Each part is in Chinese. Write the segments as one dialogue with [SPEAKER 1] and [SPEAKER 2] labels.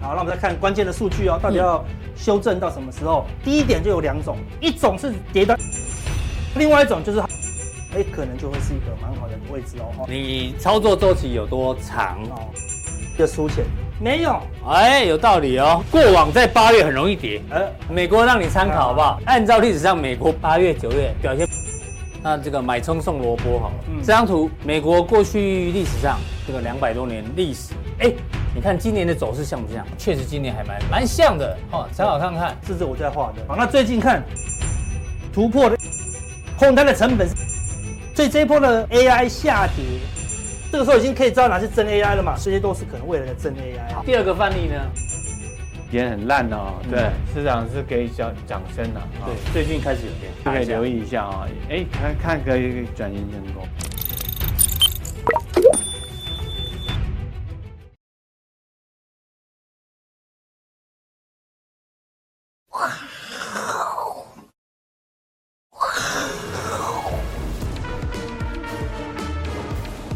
[SPEAKER 1] 好，那我们再看关键的数据哦，到底要修正到什么时候？第一点就有两种，一种是跌到，另外一种就是，哎，可能就会是一个蛮好的位置哦。哦
[SPEAKER 2] 你操作周期有多长？
[SPEAKER 1] 哦，就输钱没有，
[SPEAKER 2] 哎，有道理哦。过往在八月很容易跌，
[SPEAKER 1] 呃，
[SPEAKER 2] 美国让你参考好不好？按照历史上美国八月、九月表现，那这个买葱送萝卜好了。
[SPEAKER 1] 嗯
[SPEAKER 2] 这张图，美国过去历史上这个两百多年历史，哎，你看今年的走势像不像？确实今年还蛮蛮像的哦，参考看看。
[SPEAKER 1] 这是我在画的。好，那最近看突破的空单的成本是，所以这一波的 AI 下跌，这个时候已经可以知道哪是真 AI 了嘛？这些都是可能未来的真 AI。
[SPEAKER 2] 第二个范例呢？
[SPEAKER 3] 也很烂哦。对，市场是给小掌声啊，
[SPEAKER 2] 对，最近开始有变
[SPEAKER 3] 对，可以留意一下啊。哎，看看可以转型成功。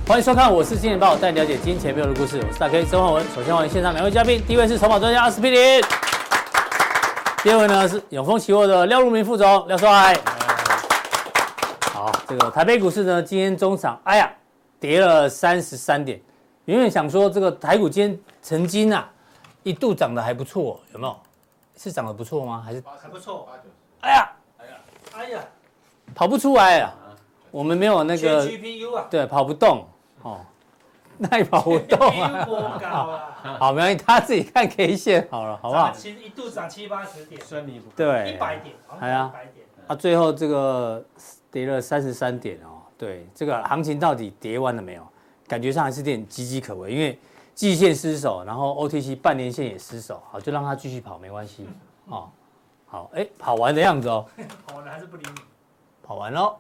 [SPEAKER 2] 欢迎收看，我是金钱豹，带你了解金钱背后的故事。我是大 K 周焕文。首先欢迎现场两位嘉宾，第一位是筹码专家阿司匹林，第二位呢是永丰期货的廖如明副总廖帅。好，这个台北股市呢，今天中场，哎呀，跌了三十三点。原本想说这个台股今天曾经啊，一度涨得还不错，有没有？是涨得不错吗？还是
[SPEAKER 1] 还不错，
[SPEAKER 2] 哎呀，
[SPEAKER 1] 哎呀，
[SPEAKER 2] 跑不出来啊？我们没有那
[SPEAKER 1] 缺
[SPEAKER 2] 个
[SPEAKER 1] GPU 啊，
[SPEAKER 2] 对，跑不动哦， 那也跑不动啊
[SPEAKER 1] GPU 。我搞啊，
[SPEAKER 2] 好，没关系，他自己看 K 线好了，好不好？
[SPEAKER 1] 其实一度涨七八十点，
[SPEAKER 3] 顺利不？
[SPEAKER 2] 对，
[SPEAKER 1] 一百点，好
[SPEAKER 2] 哎呀
[SPEAKER 1] 像一百点。
[SPEAKER 2] 啊，最后这个跌了三十三点哦。对，这个行情到底跌完了没有？感觉上还是有点岌岌可危，因为季线失守，然后 OTC 半年线也失守，好，就让它继续跑，没关系哦。好，哎，跑完的样子哦，
[SPEAKER 1] 好，我还是不理你。
[SPEAKER 2] 跑完喽。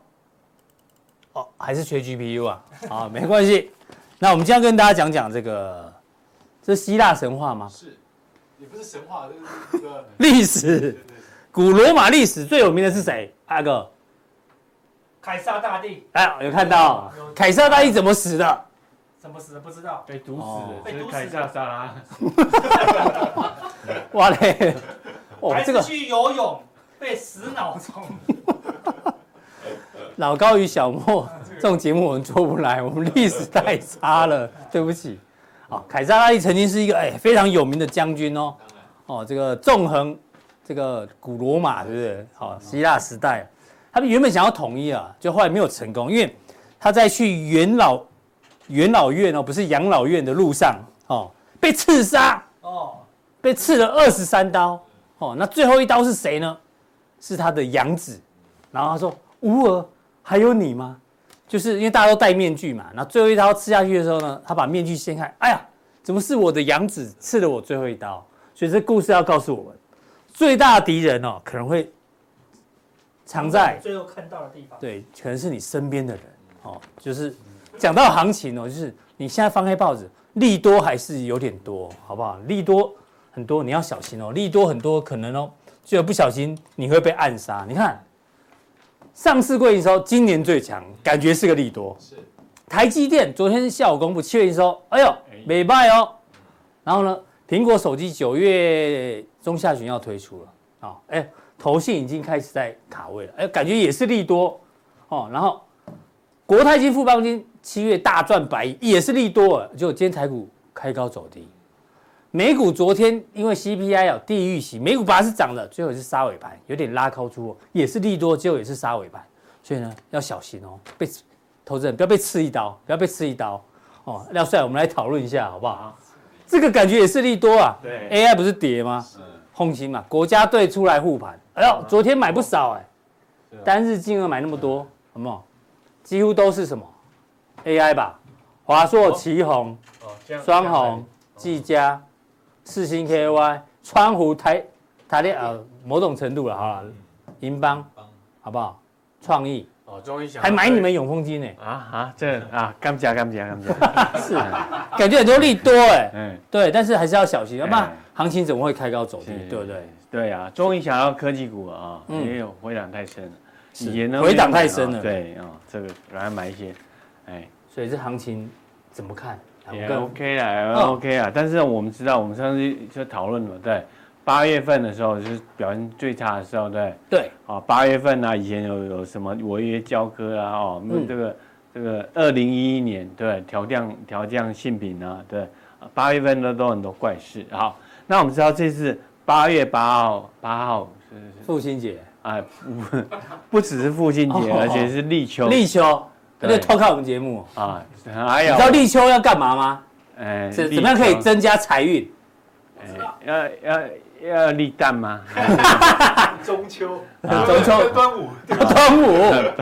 [SPEAKER 2] 哦，还是缺 GPU 啊？啊，没关系。那我们今天要跟大家讲讲这个，这是希腊神话吗？
[SPEAKER 4] 是，也不是神话，这是 一个
[SPEAKER 2] 历史
[SPEAKER 4] 对，对
[SPEAKER 2] 古罗马历史最有名的是谁？阿哥，
[SPEAKER 1] 凯撒大帝
[SPEAKER 2] 哎，有看到
[SPEAKER 1] 有
[SPEAKER 2] 凯撒大帝怎么死的？
[SPEAKER 1] 怎么死的不知道，
[SPEAKER 3] 被毒
[SPEAKER 2] 哦
[SPEAKER 3] 死的，
[SPEAKER 1] 被
[SPEAKER 3] 就
[SPEAKER 1] 毒
[SPEAKER 3] 是
[SPEAKER 1] 死
[SPEAKER 3] 凯撒沙拉。
[SPEAKER 2] 哇嘞，哦，
[SPEAKER 1] 还是
[SPEAKER 2] 这个
[SPEAKER 1] 去游泳被死脑 虫。
[SPEAKER 2] 老高与小莫这种节目我们做不来，我们历史太差了，对不起。哦，凯撒大帝曾经是一个哎非常有名的将军哦，哦，这个纵横这个古罗马，对不对？好、希腊时代，他们原本想要统一啊，就后来没有成功，因为他在去元老元老院哦，不是养老院的路上哦，被刺杀。
[SPEAKER 1] 哦，
[SPEAKER 2] 被刺了二十三刀。哦，那最后一刀是谁呢？是他的养子。然后他说：“吾儿，还有你吗？”就是因为大家都戴面具嘛。那最后一刀刺下去的时候呢，他把面具掀开，哎呀，怎么是我的养子刺了我最后一刀？所以这故事要告诉我们，最大的敌人哦，可能会藏在
[SPEAKER 1] 最后看到的地方。
[SPEAKER 2] 对，可能是你身边的人哦。就是讲到行情哦，就是你现在翻开报纸，利多还是有点多，好不好？利多很多，你要小心哦。利多很多，可能哦，就不小心你会被暗杀。你看，上市柜营收今年最强，感觉是个利多。
[SPEAKER 4] 是
[SPEAKER 2] 台积电昨天下午公布七月营收，哎呦
[SPEAKER 3] 哎，
[SPEAKER 2] 美败哦。然后呢，苹果手机九月中下旬要推出了啊、哦，哎，投信已经开始在卡位了，哎，感觉也是利多哦。然后国泰金、富邦金七月大赚百亿，也是利多了，就今天台股开高走低。美股昨天因为 CPI 啊低于预期，美股本来是涨的，最后也是杀尾盘，有点拉高出货，也是利多，结果也是杀尾盘，所以呢要小心哦，被投资人不要被刺一刀，不要被刺一刀哦。廖帅，我们来讨论一下好不好？这个感觉也是利多啊，
[SPEAKER 3] 对
[SPEAKER 2] ，AI 不是跌吗？
[SPEAKER 3] 嗯
[SPEAKER 4] 是
[SPEAKER 2] 红星嘛，国家队出来护盘，哎呦，昨天买不少哎、
[SPEAKER 3] 是啊
[SPEAKER 2] 单日金额买那么多，有没有？几乎都是什么 AI 吧，华硕、旗宏、
[SPEAKER 3] 哦，这样
[SPEAKER 2] 双红、技嘉、四星 KY、川湖、台台电呃某种程度了哈，嗯银邦啊
[SPEAKER 4] 帮
[SPEAKER 2] 好不好？创意
[SPEAKER 3] 哦，终于想
[SPEAKER 2] 还买你们永丰金呢、
[SPEAKER 3] 啊啊，这啊，干不起来，干不起来，干 不起来。
[SPEAKER 2] 是感觉很多利多哎、
[SPEAKER 3] 嗯，
[SPEAKER 2] 对，但是还是要小心，要不然
[SPEAKER 3] 哎
[SPEAKER 2] 行情怎么会开高走低
[SPEAKER 3] 是，
[SPEAKER 2] 对不对？
[SPEAKER 3] 对啊，终于想到科技股了啊，
[SPEAKER 2] 嗯
[SPEAKER 3] 也有回档太深了，
[SPEAKER 2] 是
[SPEAKER 3] 也能
[SPEAKER 2] 回档太深了
[SPEAKER 3] 哦对啊，这个然后买一些，哎，
[SPEAKER 2] 所以这行情怎么看？
[SPEAKER 3] 也
[SPEAKER 2] 两个
[SPEAKER 3] OK 啦也
[SPEAKER 2] 嗯
[SPEAKER 3] ，OK 啦。但是我们知道，我们上次就讨论了，对，八月份的时候就是表现最差的时候，对，
[SPEAKER 2] 对
[SPEAKER 3] 啊，八月份啊，以前有有什么违约交割啊，哦，那
[SPEAKER 2] 嗯
[SPEAKER 3] 这个、这个二零一一年对调降调降性品啊，对，啊八月份都都很多怪事。好，那我们知道这次八月八号八号是是
[SPEAKER 2] 父亲节
[SPEAKER 3] 哎，不 不只是父亲节，
[SPEAKER 2] 哦
[SPEAKER 3] 而且是立秋
[SPEAKER 2] 立秋，他就
[SPEAKER 3] 对
[SPEAKER 2] 偷看我们节目哦。
[SPEAKER 3] 啊，还
[SPEAKER 2] 你
[SPEAKER 3] 有
[SPEAKER 2] 知道立秋要干嘛吗？
[SPEAKER 3] 哎
[SPEAKER 2] 怎
[SPEAKER 3] 立
[SPEAKER 2] 怎么样可以
[SPEAKER 3] 秋
[SPEAKER 2] 增加财运？
[SPEAKER 3] 要要要立蛋吗？
[SPEAKER 4] 中秋，
[SPEAKER 2] 啊 中秋
[SPEAKER 4] 端午，
[SPEAKER 2] 端 午，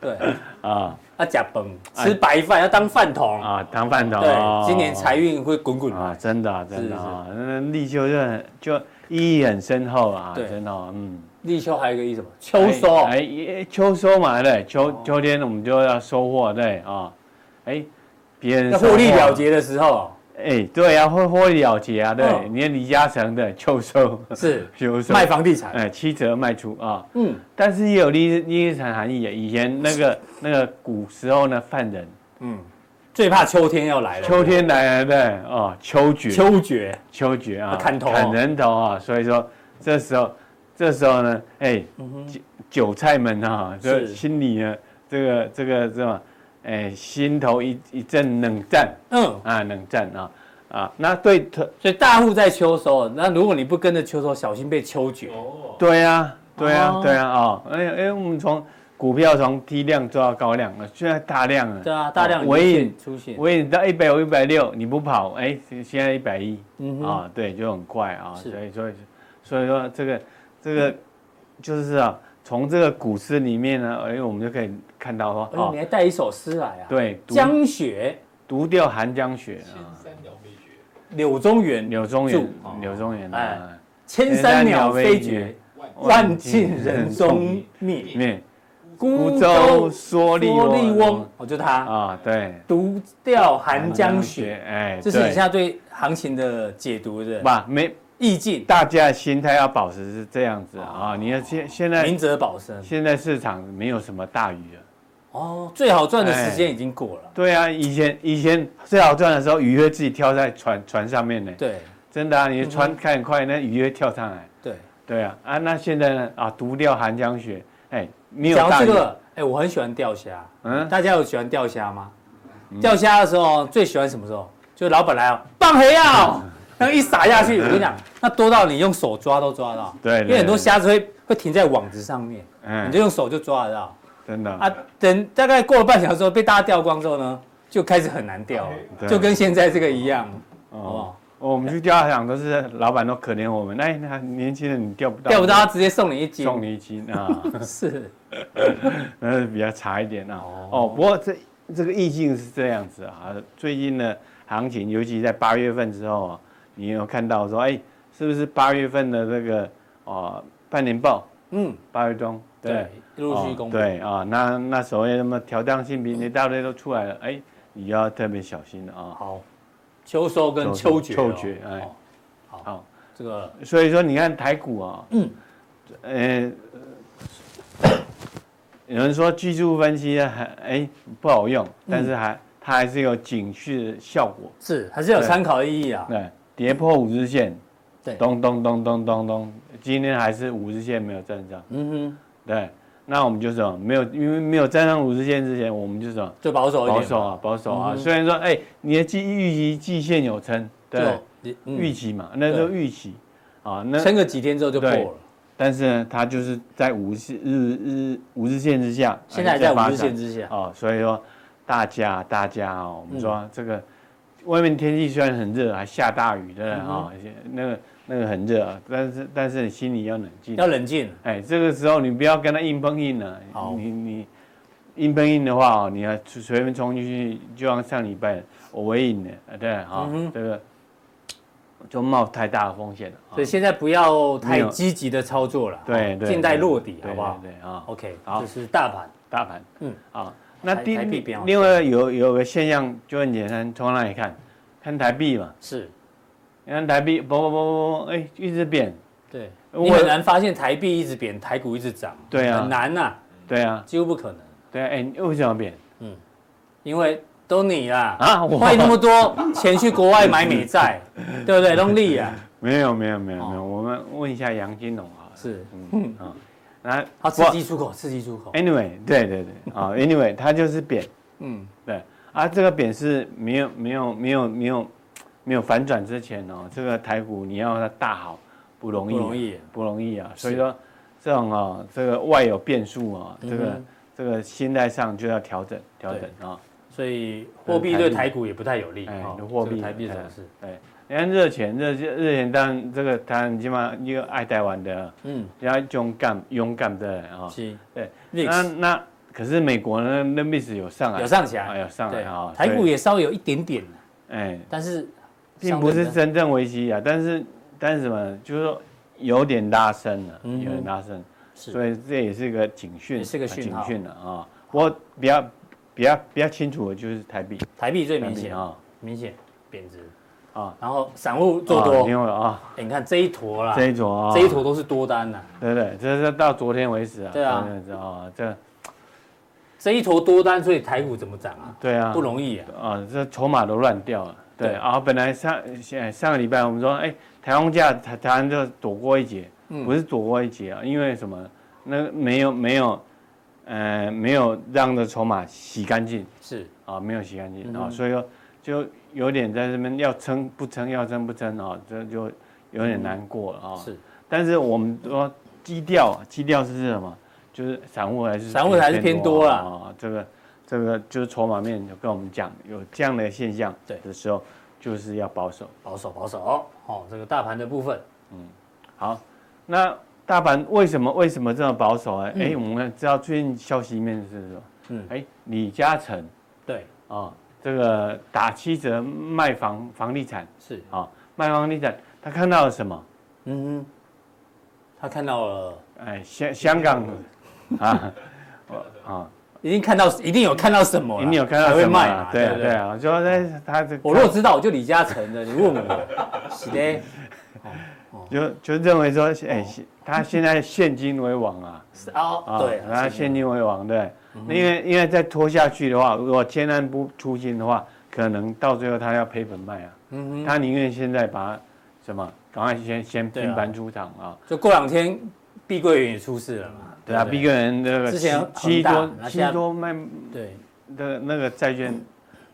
[SPEAKER 2] 对，
[SPEAKER 3] 啊
[SPEAKER 2] 要假崩，吃白饭要当饭桶。
[SPEAKER 3] 哎啊，当饭桶。哦
[SPEAKER 2] 对，今年财运会滚滚
[SPEAKER 3] 啊，
[SPEAKER 2] 来。
[SPEAKER 3] 真的啊真的
[SPEAKER 2] 是
[SPEAKER 3] 啊，那立秋就很就意义很深厚啊，
[SPEAKER 2] 对
[SPEAKER 3] 真的哦，嗯。
[SPEAKER 2] 立秋还有一个意思什么？秋收。哦
[SPEAKER 3] 哎，哎秋收嘛，对，秋秋天我们就要收获，对啊，哎，别人
[SPEAKER 2] 要
[SPEAKER 3] 收获
[SPEAKER 2] 获利了，结的时候，
[SPEAKER 3] 哎，对啊，获获利了结啊，对，
[SPEAKER 2] 嗯
[SPEAKER 3] 你看李嘉诚的秋收，
[SPEAKER 2] 是
[SPEAKER 3] 秋收
[SPEAKER 2] 卖，房地产。
[SPEAKER 3] 哎，七折卖出啊，
[SPEAKER 2] 嗯，
[SPEAKER 3] 但是也有利利益产含义啊，以前那个那个古时候呢，犯人
[SPEAKER 2] 最怕秋天要来了。
[SPEAKER 3] 秋天来了，对，哦，秋决，
[SPEAKER 2] 秋决，
[SPEAKER 3] 秋决啊，
[SPEAKER 2] 砍头哦
[SPEAKER 3] 砍人头啊，所以说这时候这时候呢，哎，韭韭菜们啊，这
[SPEAKER 2] 嗯是
[SPEAKER 3] 心里呢，这个这个这么，哎，心头一一阵冷战
[SPEAKER 2] 嗯，
[SPEAKER 3] 啊，冷战啊啊，那对特
[SPEAKER 2] 所以大户在秋收，那如果你不跟着秋收，小心被秋决。
[SPEAKER 4] 哦，
[SPEAKER 3] 对呀，对呀
[SPEAKER 2] 哦，
[SPEAKER 3] 对呀啊，哎哎，我们从股票从低量做到高量了，现在大量了，哦
[SPEAKER 2] 对啊，大量
[SPEAKER 3] 我
[SPEAKER 2] 出
[SPEAKER 3] 也
[SPEAKER 2] 现出现。
[SPEAKER 3] 我也到一百五、一百六，你不跑，哎，现在一百一
[SPEAKER 2] 嗯哼
[SPEAKER 3] 啊，对，就很快啊，
[SPEAKER 2] 是
[SPEAKER 3] 所以所以所以说这个这个就是啊，从这个股市里面呢，哎，我们就可以看到
[SPEAKER 2] 哎呦
[SPEAKER 3] 说
[SPEAKER 2] 你
[SPEAKER 3] 啊，
[SPEAKER 2] 还带一首诗来啊？，
[SPEAKER 3] 对，读
[SPEAKER 2] 江雪
[SPEAKER 3] 读掉寒江雪
[SPEAKER 4] 千
[SPEAKER 3] 啊，
[SPEAKER 4] 山鸟飞绝，
[SPEAKER 2] 柳宗元，
[SPEAKER 3] 柳宗元
[SPEAKER 2] 祝哦，
[SPEAKER 3] 柳宗元啊
[SPEAKER 2] 哎，千山鸟飞绝，
[SPEAKER 4] 万里
[SPEAKER 2] 万径人踪灭。
[SPEAKER 3] 面
[SPEAKER 2] 孤
[SPEAKER 3] 孤舟蓑笠翁
[SPEAKER 2] 翁，哦，就他
[SPEAKER 3] 啊，对，
[SPEAKER 2] 独钓寒江雪。，
[SPEAKER 3] 哎，
[SPEAKER 2] 这是你
[SPEAKER 3] 对
[SPEAKER 2] 现在对行情的解读的
[SPEAKER 3] 吧？没，
[SPEAKER 2] 意境，
[SPEAKER 3] 大家的心态要保持是这样子啊，你看现现在
[SPEAKER 2] 哦明哲保身。
[SPEAKER 3] 现在市场没有什么大鱼了。
[SPEAKER 2] 哦，最好赚的时间已经过了。
[SPEAKER 3] 对啊，以前以前最好赚的时候，鱼会自己跳在船船上面呢。
[SPEAKER 2] 对
[SPEAKER 3] 真的啊，你船开很快，那鱼会跳上来。
[SPEAKER 2] 对，
[SPEAKER 3] 对啊，啊，那现在呢？啊，独钓寒江雪，哎，没有
[SPEAKER 2] 讲
[SPEAKER 3] 大
[SPEAKER 2] 到
[SPEAKER 3] 鱼。
[SPEAKER 2] 这个，哎，我很喜欢钓虾。
[SPEAKER 3] 嗯
[SPEAKER 2] 大家有喜欢钓虾吗？钓虾的时候最喜欢什么时候？就老板来哦，棒黑 啊，然后一撒下去，我跟你讲，那多到你用手抓都抓得到。
[SPEAKER 3] 哎对对
[SPEAKER 2] 因为很多虾子会会停在网子上面，
[SPEAKER 3] 嗯
[SPEAKER 2] 你就用手就抓得到。
[SPEAKER 3] 真的
[SPEAKER 2] 啊
[SPEAKER 3] 啊，
[SPEAKER 2] 等大概过了半小时后，被大家钓光之后呢，就开始很难钓了，
[SPEAKER 3] 对
[SPEAKER 2] 就跟现在这个一样，好不
[SPEAKER 3] 哦，
[SPEAKER 2] 好？
[SPEAKER 3] 我们去钓虾场都是老板都可怜我们，哎，那年轻人你钓不到，
[SPEAKER 2] 钓不到，他直接送你一斤。
[SPEAKER 3] 送你一斤啊，
[SPEAKER 2] 是，
[SPEAKER 3] 那是比较差一点啊。哦，不过这这个意境是这样子啊，最近的行情，尤其在八月份之后啊，你有看到说，哎，是不是八月份的这个哦半年报
[SPEAKER 2] 嗯，
[SPEAKER 3] 八月中
[SPEAKER 2] 对，陆续公布。
[SPEAKER 3] 哦对啊、那那所谓什么调降性平一大堆都出来了，哎，你要特别小心了啊。
[SPEAKER 2] 好，秋收跟秋
[SPEAKER 3] 秋收
[SPEAKER 2] 决哦。
[SPEAKER 3] 秋决哎
[SPEAKER 2] 哦
[SPEAKER 3] 好，
[SPEAKER 2] 这个
[SPEAKER 3] 所以说你看台股啊，
[SPEAKER 2] 嗯
[SPEAKER 3] 嗯，呃。 有人说技术分析呢还哎不好用，但是还、它还是有警示的效果。
[SPEAKER 2] 是还是有参考意义啊。
[SPEAKER 3] 对，跌破五日线，
[SPEAKER 2] 对
[SPEAKER 3] 咚咚咚咚咚咚，今天还是五日线没有站上，
[SPEAKER 2] 嗯
[SPEAKER 3] 对，那我们就什么没有，因为没有站上五日线之前，我们就什么
[SPEAKER 2] 哼，就保守一点，
[SPEAKER 3] 保守啊，保守啊。
[SPEAKER 2] 嗯哼
[SPEAKER 3] 虽然说，哎，你的季预期季线有撑，对，
[SPEAKER 2] 就
[SPEAKER 3] 预
[SPEAKER 2] 嗯，
[SPEAKER 3] 期嘛，那时候预期啊，那
[SPEAKER 2] 撑个几天之后就破
[SPEAKER 3] 对
[SPEAKER 2] 了，
[SPEAKER 3] 但是呢，它就是在五日日日五日线之下，啊
[SPEAKER 2] 现在还在
[SPEAKER 3] 发
[SPEAKER 2] 五日
[SPEAKER 3] 展
[SPEAKER 2] 线之下。
[SPEAKER 3] 哦，所以说大家大家哦，我们说这个、外面天气虽然很热，还下大雨的
[SPEAKER 2] 嗯
[SPEAKER 3] 啊、哦那个那个很热啊，但是但是你心里要冷静
[SPEAKER 2] 要。冷静，
[SPEAKER 3] 哎，这个时候你不要跟他硬碰硬了、
[SPEAKER 2] 好
[SPEAKER 3] 你你硬碰硬的话哦，你还随随便冲进去，就像上礼拜我微影的，啊对哈、哦
[SPEAKER 2] 嗯哼
[SPEAKER 3] 这个就冒太大的风险了。哦
[SPEAKER 2] 所以现在不要
[SPEAKER 3] 没
[SPEAKER 2] 太
[SPEAKER 3] 有
[SPEAKER 2] 积极的操作了，
[SPEAKER 3] 对
[SPEAKER 2] 哦
[SPEAKER 3] 对，
[SPEAKER 2] 静待
[SPEAKER 3] 对
[SPEAKER 2] 落底，
[SPEAKER 3] 对
[SPEAKER 2] 好不好
[SPEAKER 3] 对对啊。哦
[SPEAKER 2] ？OK，
[SPEAKER 3] 好
[SPEAKER 2] 这是大盘，
[SPEAKER 3] 大盘，
[SPEAKER 2] 嗯
[SPEAKER 3] 嗯，啊，那
[SPEAKER 2] 台
[SPEAKER 3] 第
[SPEAKER 2] 台币比较好
[SPEAKER 3] 另外有有个现象就很简单，从哪里看？看台币嘛，
[SPEAKER 2] 是
[SPEAKER 3] 你看台币，啵啵啵啵啵，哎，一直贬，
[SPEAKER 2] 对，
[SPEAKER 3] 我
[SPEAKER 2] 你很难发现台币一直贬，台股一直涨，
[SPEAKER 3] 对啊
[SPEAKER 2] 很难呐，
[SPEAKER 3] 对啊，
[SPEAKER 2] 几乎不可能，
[SPEAKER 3] 对啊，哎，为什么贬？
[SPEAKER 2] 因为都你啦，
[SPEAKER 3] 啊我
[SPEAKER 2] 花那么多钱去国外买美债， 对不对？弄利啊，
[SPEAKER 3] 没有没有没有
[SPEAKER 2] 哦
[SPEAKER 3] 没有，我们问一下杨金龙啊，
[SPEAKER 2] 是，
[SPEAKER 3] 嗯啊，那
[SPEAKER 2] 好
[SPEAKER 3] 不哎
[SPEAKER 2] 刺激出口，刺激出口，
[SPEAKER 3] anyway，对 对对啊，anyway，它就是扁，
[SPEAKER 2] 嗯，
[SPEAKER 3] 对啊，这个贬是没有没有没有没有没有反转之前哦，这个台股你要它大好不容易，啊
[SPEAKER 2] 不容易
[SPEAKER 3] 不容易啊。
[SPEAKER 2] 是
[SPEAKER 3] 所以说这种哦，这个外有变数啊、这个、
[SPEAKER 2] 嗯
[SPEAKER 3] 这个心态上就要调整调整啊、
[SPEAKER 2] 所以货币对台股也不太有利
[SPEAKER 3] 哎
[SPEAKER 2] 哦，
[SPEAKER 3] 你货币
[SPEAKER 2] 这个台币
[SPEAKER 3] 哎
[SPEAKER 2] 走势，
[SPEAKER 3] 对，你看热钱，热热钱当然这个他基本上一个爱台湾的，
[SPEAKER 2] 嗯，
[SPEAKER 3] 比较勇敢勇敢的人啊、
[SPEAKER 2] 是
[SPEAKER 3] 对，那
[SPEAKER 2] VIX
[SPEAKER 3] 那可是美国呢，那 mix 有上来，
[SPEAKER 2] 有上起
[SPEAKER 3] 啊
[SPEAKER 2] 来，
[SPEAKER 3] 有上来
[SPEAKER 2] 对
[SPEAKER 3] 啊、
[SPEAKER 2] 台股
[SPEAKER 3] 所以
[SPEAKER 2] 也稍微有一点点，
[SPEAKER 3] 哎。
[SPEAKER 2] 但是
[SPEAKER 3] 并不是
[SPEAKER 2] 相对比较
[SPEAKER 3] 真正危机啊，但是但是什么，就是说有点拉升了，
[SPEAKER 2] 嗯哼
[SPEAKER 3] 有点拉升，
[SPEAKER 2] 是
[SPEAKER 3] 所以这也是一个警讯，
[SPEAKER 2] 也是个讯号
[SPEAKER 3] 警讯了啊。我比较比较比较清楚的就是台币，
[SPEAKER 2] 台币最
[SPEAKER 3] 台
[SPEAKER 2] 明
[SPEAKER 3] 币
[SPEAKER 2] 显啊，
[SPEAKER 3] 啊
[SPEAKER 2] 明显贬值
[SPEAKER 3] 啊，
[SPEAKER 2] 然后散户做
[SPEAKER 3] 啊
[SPEAKER 2] 多，
[SPEAKER 3] 因为啊
[SPEAKER 2] 哎你看这一坨啦，
[SPEAKER 3] 这一坨啊，
[SPEAKER 2] 这一坨都是多单呐，
[SPEAKER 3] 对对，这是到昨天为止啊，
[SPEAKER 2] 对啊
[SPEAKER 3] 昨天为止啊，这
[SPEAKER 2] 这一坨多单，所以台股怎么涨啊？
[SPEAKER 3] 对啊，
[SPEAKER 2] 不容易啊，
[SPEAKER 3] 啊，这筹码都乱掉了。对
[SPEAKER 2] 对
[SPEAKER 3] 啊，本来上上上个礼拜我们说，哎，台风假台台湾就躲过一劫，
[SPEAKER 2] 嗯
[SPEAKER 3] 不是躲过一劫啊，因为什么？那没有没有，呃，没有让的筹码洗干净
[SPEAKER 2] 是
[SPEAKER 3] 啊，没有洗干净
[SPEAKER 2] 嗯
[SPEAKER 3] 啊，
[SPEAKER 2] 哼
[SPEAKER 3] 所以说就有点在这边要撑不撑，要撑不撑啊，这就有
[SPEAKER 2] 嗯
[SPEAKER 3] 点难过了啊。
[SPEAKER 2] 是，
[SPEAKER 3] 但是我们说基调，基调是什么？就是散户还是
[SPEAKER 2] 散户还是偏多啦
[SPEAKER 3] 啊、哦这个这个就是筹码面有跟我们讲有这样的现象
[SPEAKER 2] 对
[SPEAKER 3] 的时候，就是要保守。
[SPEAKER 2] 保守保守哦，哦，这个大盘的部分，
[SPEAKER 3] 好，那大盘为什么为什么这么保守呢？哎、我们知道最近消息面是什么？
[SPEAKER 2] 嗯
[SPEAKER 3] 哎，李嘉诚
[SPEAKER 2] 对，
[SPEAKER 3] 啊、这个打七折卖房房地产
[SPEAKER 2] 是，
[SPEAKER 3] 啊、卖房地产，他看到了什么？
[SPEAKER 2] 嗯哼，他看到了，
[SPEAKER 3] 哎，香香港啊啊。啊
[SPEAKER 2] 已经看到，一定有看到什么啦，
[SPEAKER 3] 你有看到
[SPEAKER 2] 才会
[SPEAKER 3] 什么
[SPEAKER 2] 卖
[SPEAKER 3] 啊
[SPEAKER 2] 嘛？
[SPEAKER 3] 对啊
[SPEAKER 2] 不
[SPEAKER 3] 对啊，我说哎，他这
[SPEAKER 2] 我若知道，我就李嘉诚的，你问 我，是的，
[SPEAKER 3] 就就认为说，哎，他现在现金为王啊，
[SPEAKER 2] 哦是哦，对啊，
[SPEAKER 3] 他
[SPEAKER 2] 是的
[SPEAKER 3] 现金为王，对，那因为因为再拖下去的话，如果千万不出金的话，可能到最后他要赔本卖啊，
[SPEAKER 2] 嗯哼，
[SPEAKER 3] 他宁愿现在把什么，赶快先先
[SPEAKER 2] 对啊
[SPEAKER 3] 平盘出场啊，
[SPEAKER 2] 就过两天，碧桂园也出事了嘛，
[SPEAKER 3] 对啊，
[SPEAKER 2] 不
[SPEAKER 3] 逼个人那个
[SPEAKER 2] 之前恒
[SPEAKER 3] 七
[SPEAKER 2] 大
[SPEAKER 3] 多
[SPEAKER 2] 那
[SPEAKER 3] 七
[SPEAKER 2] 现在
[SPEAKER 3] 多卖
[SPEAKER 2] 对
[SPEAKER 3] 的那个债券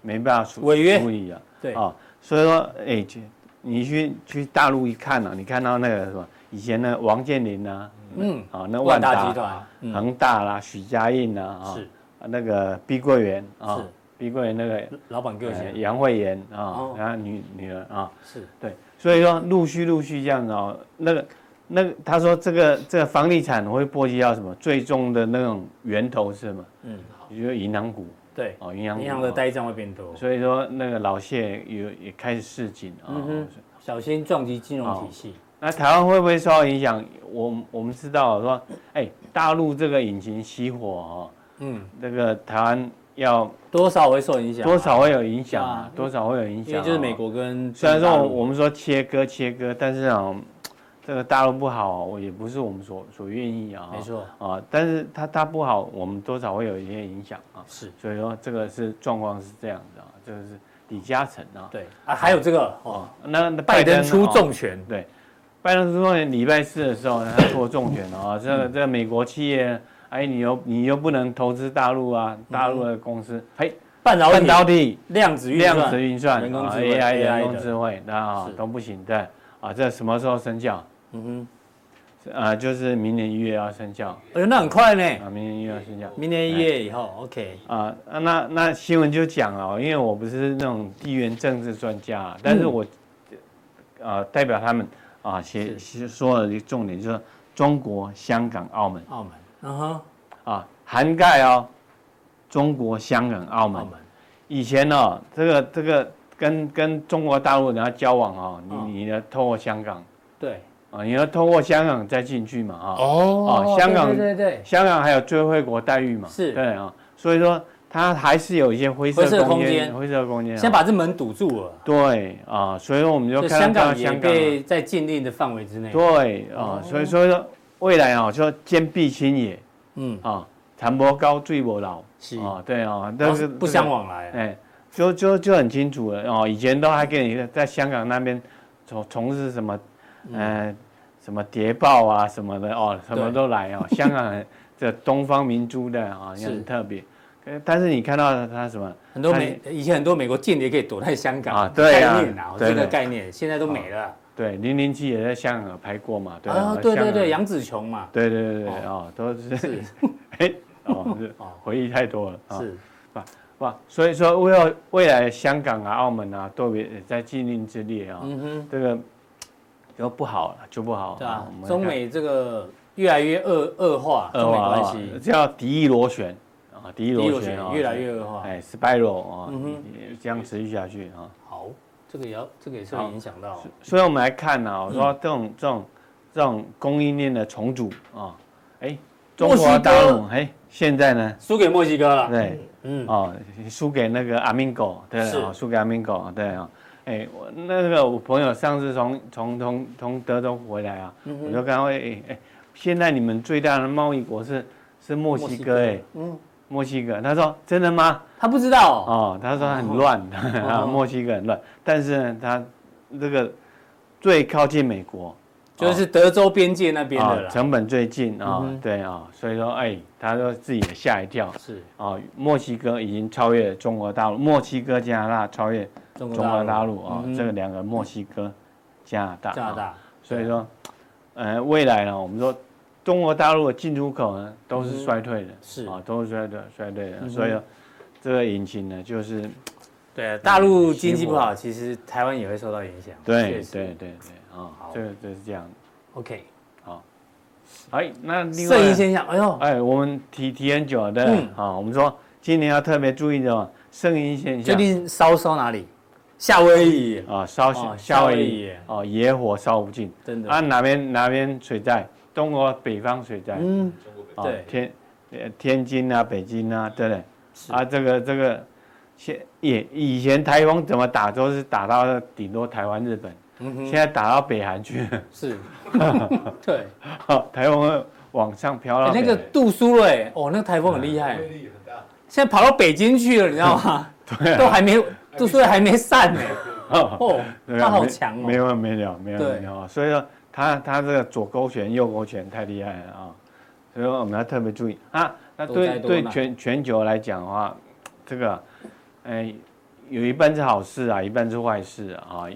[SPEAKER 3] 没办法处
[SPEAKER 2] 违约
[SPEAKER 3] 处理啊，
[SPEAKER 2] 对
[SPEAKER 3] 啊、所以说，哎、去你去去大陆一看啊，你看到那个什么以前的王健林啊，
[SPEAKER 2] 嗯，
[SPEAKER 3] 啊、那万达、
[SPEAKER 2] 集团，嗯，
[SPEAKER 3] 恒大啦、许家印啦，啊、
[SPEAKER 2] 是
[SPEAKER 3] 那个碧桂园啊、
[SPEAKER 2] 是
[SPEAKER 3] 碧桂园那个
[SPEAKER 2] 老板给我
[SPEAKER 3] 呃
[SPEAKER 2] 钱，
[SPEAKER 3] 杨惠妍啊、
[SPEAKER 2] 哦
[SPEAKER 3] 然后女女儿啊、
[SPEAKER 2] 是
[SPEAKER 3] 对，所以说陆续陆续这样子哦，那个那个他说这个这个房地产会波及到什么？最终的那种源头是什么？
[SPEAKER 2] 嗯，
[SPEAKER 3] 就是银行股
[SPEAKER 2] 对，
[SPEAKER 3] 哦，银行股
[SPEAKER 2] 银行的
[SPEAKER 3] 哦
[SPEAKER 2] 呆账会变多，
[SPEAKER 3] 所以说那个老谢有也开始示警啊、
[SPEAKER 2] 嗯哼，小心撞击金融体系，
[SPEAKER 3] 那台湾会不会受到影响？我我们知道说，哎、大陆这个引擎熄火哦，
[SPEAKER 2] 嗯，
[SPEAKER 3] 那个台湾要
[SPEAKER 2] 多少会受影响，
[SPEAKER 3] 多少会有影响
[SPEAKER 2] 啊
[SPEAKER 3] 啊，多少会有影
[SPEAKER 2] 因
[SPEAKER 3] 响、
[SPEAKER 2] 为就是美。国跟
[SPEAKER 3] 虽然说
[SPEAKER 2] 大
[SPEAKER 3] 我
[SPEAKER 2] 陆
[SPEAKER 3] 我们说切割切割，但是啊，这个大陆不好，我也不是我们所所愿意啊。
[SPEAKER 2] 没错
[SPEAKER 3] 啊，但是它它不好，我们多少会有一些影响啊。
[SPEAKER 2] 是
[SPEAKER 3] 所以说这个是状况是这样子啊，这个是李嘉诚啊。
[SPEAKER 2] 对啊，还有这个哦，
[SPEAKER 3] 哦，那那
[SPEAKER 2] 拜登出
[SPEAKER 3] 哦
[SPEAKER 2] 重拳，
[SPEAKER 3] 对，拜登说礼拜四的时候呢，他做重拳啊、
[SPEAKER 2] 嗯
[SPEAKER 3] 哦，这个这个美国企业，哎，你又你又不能投资大陆啊，大陆的公司，嘿，
[SPEAKER 2] 嗯半导
[SPEAKER 3] 哦半导
[SPEAKER 2] 体
[SPEAKER 3] 体、
[SPEAKER 2] 量子运算
[SPEAKER 3] 量子运算、
[SPEAKER 2] 人工
[SPEAKER 3] 啊
[SPEAKER 2] 智慧
[SPEAKER 3] AI、
[SPEAKER 2] AI
[SPEAKER 3] 人工
[SPEAKER 2] 的
[SPEAKER 3] 智慧，那、啊
[SPEAKER 2] 是
[SPEAKER 3] 都不行的啊，这什么时候生效？
[SPEAKER 2] 嗯哼，
[SPEAKER 3] 啊，就是明年一月要生效
[SPEAKER 2] 哎呦，那很快呢，
[SPEAKER 3] 啊，明年一月要生效。
[SPEAKER 2] 明年一月以后，OK，
[SPEAKER 3] 啊，那那新闻就讲了，因为我不是那种地缘政治专家啊，但是我、
[SPEAKER 2] 嗯
[SPEAKER 3] 呃代表他们啊写写说了一个重点，就是中国、香港、澳门
[SPEAKER 2] 澳门，嗯哼，
[SPEAKER 3] 啊，涵盖哦中国、香港、澳门。
[SPEAKER 2] Uh-huh，澳门，
[SPEAKER 3] 以前哦，这个这个跟跟中国大陆人家交往哦，
[SPEAKER 2] 哦
[SPEAKER 3] 你你要透过香港
[SPEAKER 2] 对，
[SPEAKER 3] 啊，你要透过香港再进去嘛啊。
[SPEAKER 2] 哦
[SPEAKER 3] 香港
[SPEAKER 2] 对对对
[SPEAKER 3] 香港还有最惠国待遇嘛，
[SPEAKER 2] 是
[SPEAKER 3] 对啊、所以说它还是有一些灰色
[SPEAKER 2] 灰色
[SPEAKER 3] 空
[SPEAKER 2] 空
[SPEAKER 3] 间，
[SPEAKER 2] 间
[SPEAKER 3] 灰色空间
[SPEAKER 2] 对，
[SPEAKER 3] 啊、
[SPEAKER 2] 先把这门堵住了。
[SPEAKER 3] 对啊、所以说我们就
[SPEAKER 2] 就
[SPEAKER 3] 看
[SPEAKER 2] 香
[SPEAKER 3] 到
[SPEAKER 2] 港
[SPEAKER 3] 看到
[SPEAKER 2] 也哦
[SPEAKER 3] 香港啊
[SPEAKER 2] 被在禁令的范围之内。
[SPEAKER 3] 对啊、所以所以说未来啊、就坚壁清野
[SPEAKER 2] 嗯，
[SPEAKER 3] 啊，长不高，罪不老
[SPEAKER 2] 是
[SPEAKER 3] 啊，对啊、
[SPEAKER 2] 但
[SPEAKER 3] 但
[SPEAKER 2] 是
[SPEAKER 3] 是
[SPEAKER 2] 哦不相往来啊。
[SPEAKER 3] 哎，就就就很清楚了哦。以前都还给你在香港那边从从事什么，
[SPEAKER 2] 嗯
[SPEAKER 3] 呃，什么谍报啊什么的哦，什么
[SPEAKER 2] 对
[SPEAKER 3] 都来哦。香港很这东方明珠的啊、哦，也
[SPEAKER 2] 是
[SPEAKER 3] 很特别。可但是你看到他什么？
[SPEAKER 2] 很多美以前很多美国间谍可以躲在香港
[SPEAKER 3] 啊对啊
[SPEAKER 2] 概念啊，
[SPEAKER 3] 对
[SPEAKER 2] 这
[SPEAKER 3] 对
[SPEAKER 2] 个概念现在都没了
[SPEAKER 3] 对，零零七也在香港拍过嘛？对
[SPEAKER 2] 啊，对对
[SPEAKER 3] 香港
[SPEAKER 2] 对，杨紫琼嘛，
[SPEAKER 3] 对对对对
[SPEAKER 2] 哦
[SPEAKER 3] 哦，都是
[SPEAKER 2] 是
[SPEAKER 3] 哎哦，是
[SPEAKER 2] 哦
[SPEAKER 3] 回忆太多了啊。
[SPEAKER 2] 是
[SPEAKER 3] 哇，所以说未来未来香港啊、澳门啊，都也在禁令之列啊、
[SPEAKER 2] 嗯哼。
[SPEAKER 3] 这个就不好了，就不好了。
[SPEAKER 2] 对啊
[SPEAKER 3] 我们，看
[SPEAKER 2] 中美这个越来越恶恶化，中美关
[SPEAKER 3] 恶化
[SPEAKER 2] 系，
[SPEAKER 3] 呃叫敌意螺旋啊，敌意
[SPEAKER 2] 第一
[SPEAKER 3] 螺
[SPEAKER 2] 螺
[SPEAKER 3] 旋
[SPEAKER 2] 旋
[SPEAKER 3] 啊，
[SPEAKER 2] 越来越恶化。
[SPEAKER 3] 哎 spiral 啊
[SPEAKER 2] 嗯哼，
[SPEAKER 3] 这样持续下去啊。
[SPEAKER 2] 好，这个也要，这个也是会影响到
[SPEAKER 3] 所以我们来看呢、啊，我
[SPEAKER 2] 嗯
[SPEAKER 3] 说这种这种这种供应链的重组啊，哎，中
[SPEAKER 2] 墨
[SPEAKER 3] 国
[SPEAKER 2] 西哥
[SPEAKER 3] 大陆哎，现在呢，
[SPEAKER 2] 输给墨西哥了。
[SPEAKER 3] 对。
[SPEAKER 2] 嗯，
[SPEAKER 3] 哦，输给那个阿明狗，对
[SPEAKER 2] 是
[SPEAKER 3] 哦，输给阿明狗，对啊、哦。哎，我那个我朋友上次从从从从德州回来啊，
[SPEAKER 2] 嗯
[SPEAKER 3] 我就跟他说，哎哎，现在你们最大的贸易国是是墨西哥，哎，
[SPEAKER 2] 嗯，
[SPEAKER 3] 墨西哥。他说真的吗？
[SPEAKER 2] 他不知道
[SPEAKER 3] 哦，他说很乱，
[SPEAKER 2] 哦
[SPEAKER 3] 啊，墨西哥很乱，但是呢，他这个最靠近美国，
[SPEAKER 2] 就是德州边界那边
[SPEAKER 3] 啊、
[SPEAKER 2] 的啦。
[SPEAKER 3] 成本最近啊、
[SPEAKER 2] 嗯哼
[SPEAKER 3] 对啊、所以说，哎，他说自己也吓一跳。
[SPEAKER 2] 是
[SPEAKER 3] 啊，墨西哥已经超越中国大陆，墨西哥、加拿大超越
[SPEAKER 2] 中国
[SPEAKER 3] 中国
[SPEAKER 2] 大
[SPEAKER 3] 大
[SPEAKER 2] 陆
[SPEAKER 3] 陆啊、
[SPEAKER 2] 嗯哼
[SPEAKER 3] 这个两个墨西哥、加拿大，
[SPEAKER 2] 加拿
[SPEAKER 3] 啊
[SPEAKER 2] 大，
[SPEAKER 3] 所以说，呃，未来呢，我们说中国大陆的进出口呢都是衰退的，
[SPEAKER 2] 嗯是嗯
[SPEAKER 3] 啊，都是衰退衰退的，所以说这个引擎呢，就是
[SPEAKER 2] 对大陆经济
[SPEAKER 3] 西部
[SPEAKER 2] 不好，其实台湾也会受到影响。
[SPEAKER 3] 对
[SPEAKER 2] 确实
[SPEAKER 3] 对对对啊
[SPEAKER 2] 好，
[SPEAKER 3] 这个就是这样的。
[SPEAKER 2] ，OK，
[SPEAKER 3] 哎，那另外
[SPEAKER 2] 剩余现象，哎呦，
[SPEAKER 3] 哎，我们提提很久的
[SPEAKER 2] 嗯
[SPEAKER 3] 啊，我们说今年要特别注意的哦声音现
[SPEAKER 2] 最
[SPEAKER 3] 象。
[SPEAKER 2] 近烧烧哪里？夏威夷，
[SPEAKER 3] 啊，烧
[SPEAKER 2] 哦
[SPEAKER 3] 夏
[SPEAKER 2] 夏
[SPEAKER 3] 夏
[SPEAKER 2] 威
[SPEAKER 3] 威
[SPEAKER 2] 夷
[SPEAKER 3] 夷哦，野火烧不尽
[SPEAKER 2] 真的
[SPEAKER 3] 啊，哪边哪边水灾，中国北方水灾，
[SPEAKER 2] 嗯，
[SPEAKER 4] 中国本
[SPEAKER 3] 啊
[SPEAKER 2] 对，
[SPEAKER 3] 天呃天津啊，北京啊，对不对？
[SPEAKER 2] 是
[SPEAKER 3] 啊，这个这个现也以前台风怎么打都是打到顶多台湾、日本，
[SPEAKER 2] 嗯
[SPEAKER 3] 现
[SPEAKER 2] 哼，
[SPEAKER 3] 在打到北韩去， 哦
[SPEAKER 2] 是， 对，
[SPEAKER 3] 台风会往上飘
[SPEAKER 2] 哎
[SPEAKER 3] 到
[SPEAKER 2] 那个
[SPEAKER 3] 北韩
[SPEAKER 2] 杜苏了，哎，哦，那个台风很厉害，
[SPEAKER 4] 威力很大，
[SPEAKER 2] 现在跑到北京去了，你知道 吗？都啊还没，都说还没散呢。哦，
[SPEAKER 3] 对
[SPEAKER 2] 他
[SPEAKER 3] 啊
[SPEAKER 2] 好
[SPEAKER 3] 没
[SPEAKER 2] 强
[SPEAKER 3] 没
[SPEAKER 2] 哦。
[SPEAKER 3] 完没了，没完
[SPEAKER 2] 对
[SPEAKER 3] 没了啊。所以说他他这个左勾拳右勾拳太厉害了啊，所以说我们要特别注意啊。那
[SPEAKER 2] 多
[SPEAKER 3] 对
[SPEAKER 2] 灾多
[SPEAKER 3] 对
[SPEAKER 2] 难
[SPEAKER 3] 全全球来讲的话，这个，哎，有一半是好事啊，一半是坏事啊，啊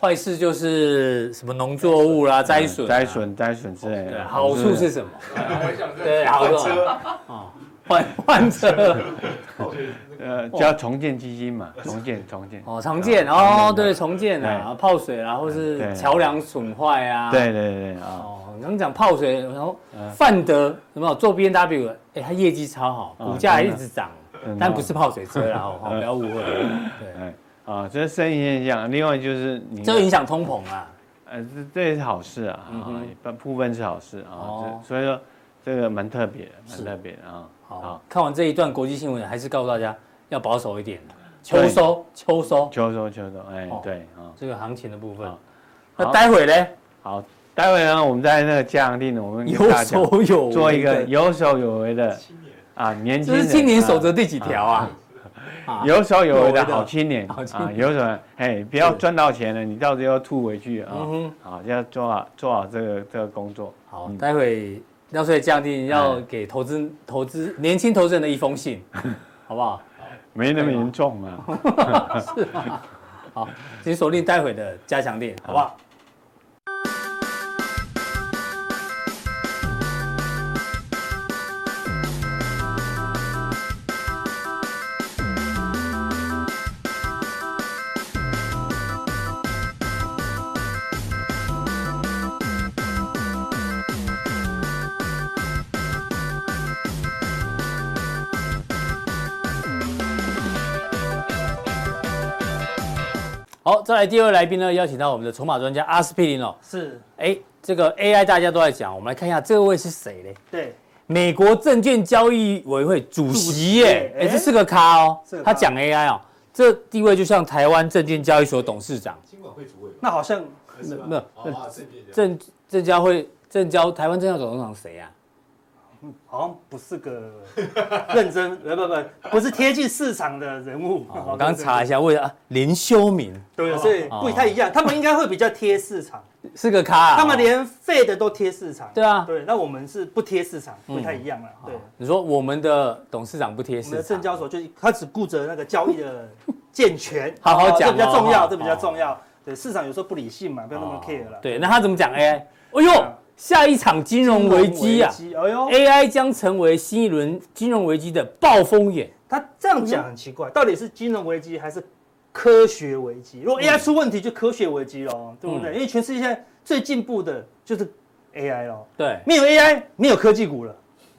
[SPEAKER 2] 坏事就是什么农作物啦、灾损、啊哦
[SPEAKER 3] 灾。损灾损之类
[SPEAKER 2] 对，啊
[SPEAKER 3] 的。
[SPEAKER 2] 好处是什么？
[SPEAKER 4] 我想
[SPEAKER 2] 对好
[SPEAKER 4] 换
[SPEAKER 2] 多
[SPEAKER 4] 车，
[SPEAKER 2] 换换车
[SPEAKER 3] 呃，叫重建基金嘛，重建 重建。
[SPEAKER 2] 哦，重建
[SPEAKER 3] 啊
[SPEAKER 2] 哦，对，重建啊，泡水啦，或是
[SPEAKER 3] 对
[SPEAKER 2] 桥梁损坏啊。
[SPEAKER 3] 对对对对啊，嗯
[SPEAKER 2] 哦，刚刚讲泡水，然后范德有没有做 B N W？哎，他业绩超好，
[SPEAKER 3] 啊
[SPEAKER 2] 股价还
[SPEAKER 3] 真
[SPEAKER 2] 一
[SPEAKER 3] 的
[SPEAKER 2] 直涨，
[SPEAKER 3] 真的嗯
[SPEAKER 2] 但不是泡水车啦，哦，哦不要误会。对，
[SPEAKER 3] 哎啊，这是生意现象。另外就是你
[SPEAKER 2] 这影响通膨啊。
[SPEAKER 3] 呃，这这也是好事啊，
[SPEAKER 2] 嗯
[SPEAKER 3] 啊
[SPEAKER 2] 哼，
[SPEAKER 3] 部部分是好事啊，
[SPEAKER 2] 哦
[SPEAKER 3] 这所以说这个蛮特别的，蛮特别的啊。
[SPEAKER 2] 好，，哦看完这一段国际新闻，还是告诉大家要保守一点，秋
[SPEAKER 3] 对
[SPEAKER 2] 收秋收
[SPEAKER 3] 秋收秋收，哎
[SPEAKER 2] 哦，
[SPEAKER 3] 对啊，
[SPEAKER 2] 这个行情的部分
[SPEAKER 3] 好。
[SPEAKER 2] 那
[SPEAKER 3] 好
[SPEAKER 2] 待会呢，
[SPEAKER 3] 好，待会呢，我们在那个嘉阳令，我们
[SPEAKER 2] 有
[SPEAKER 3] 跟大家讲
[SPEAKER 2] 手有为
[SPEAKER 3] 做一个
[SPEAKER 2] 的，
[SPEAKER 3] 有手有为的
[SPEAKER 4] 青年
[SPEAKER 3] 啊，年轻
[SPEAKER 2] 这
[SPEAKER 3] 人
[SPEAKER 2] 是今年守则
[SPEAKER 3] 啊
[SPEAKER 2] 第几条啊？啊，
[SPEAKER 3] 有手有为
[SPEAKER 2] 有
[SPEAKER 3] 的
[SPEAKER 2] 为的
[SPEAKER 3] 好青年
[SPEAKER 2] 好青年
[SPEAKER 3] 啊，有什么？哎，不要赚到钱了，你到时候要吐回去啊
[SPEAKER 2] 嗯哼，
[SPEAKER 3] 好，要做好做好这个这个工作。
[SPEAKER 2] 好，待会要税降低，要
[SPEAKER 3] 嗯
[SPEAKER 2] 给投资投资年轻投资人的一封 信，好不好？
[SPEAKER 3] 没那么严重 啊。
[SPEAKER 2] 是吗？好，请锁定待会的加强店，好不好？好，再来第二位来宾呢，邀请到我们的筹码专家阿司匹林哦。
[SPEAKER 1] 是
[SPEAKER 2] 哎，这个 AI 大家都在讲，我们来看一下这位是谁嘞？
[SPEAKER 1] 对，
[SPEAKER 2] 美国证券交易委员会主席
[SPEAKER 1] 主席
[SPEAKER 2] 耶，哎，
[SPEAKER 1] 哎
[SPEAKER 2] 这是个咖哦
[SPEAKER 1] 是个，咖
[SPEAKER 2] 他讲 AI 哦，这地位就像台湾证券交易所董事长，
[SPEAKER 4] 今晚会主委吗？
[SPEAKER 1] 那好像
[SPEAKER 4] 是吧
[SPEAKER 2] 没有
[SPEAKER 4] 哦啊，这边
[SPEAKER 2] 证证交会证交台湾证交所董事长谁啊？
[SPEAKER 1] 嗯好像不是个认真，呃不不，不是贴近市场的人物。
[SPEAKER 2] 哦我刚刚查一下，哦为了啊林修明
[SPEAKER 1] 对，对，所以不太一样，他们应该会比较贴市场，
[SPEAKER 2] 是个咖啊，
[SPEAKER 1] 他们连废的都贴市场。
[SPEAKER 2] 对啊哦
[SPEAKER 1] 对，那我们是不贴市场，不太一样了。对，
[SPEAKER 2] 你说我们的董事长不贴
[SPEAKER 1] 我们的
[SPEAKER 2] 市
[SPEAKER 1] 证
[SPEAKER 2] 场，
[SPEAKER 1] 交所就是他只顾着那个交易的健全，
[SPEAKER 2] 好好
[SPEAKER 1] 哦
[SPEAKER 2] 讲
[SPEAKER 1] 这比较
[SPEAKER 2] 哦
[SPEAKER 1] 重
[SPEAKER 2] 哦
[SPEAKER 1] 要，这比较
[SPEAKER 2] 哦
[SPEAKER 1] 重要。对，市场有时候不理性嘛，不要那么 care 了。啊
[SPEAKER 2] 对，那他怎么讲 AI？哎呦，下一场金融危机啊
[SPEAKER 1] 危哎呦，
[SPEAKER 2] ，AI 将成为新一轮金融危机的暴风眼。
[SPEAKER 1] 他这样讲很奇怪，到底是金融危机还是科学危机？
[SPEAKER 2] 嗯
[SPEAKER 1] 如果 AI 出问题，就科学危机喽，对不对？因为全世界现在最进步的就是 AI 喽，
[SPEAKER 2] 对，
[SPEAKER 1] 没有 AI，没有科技股了，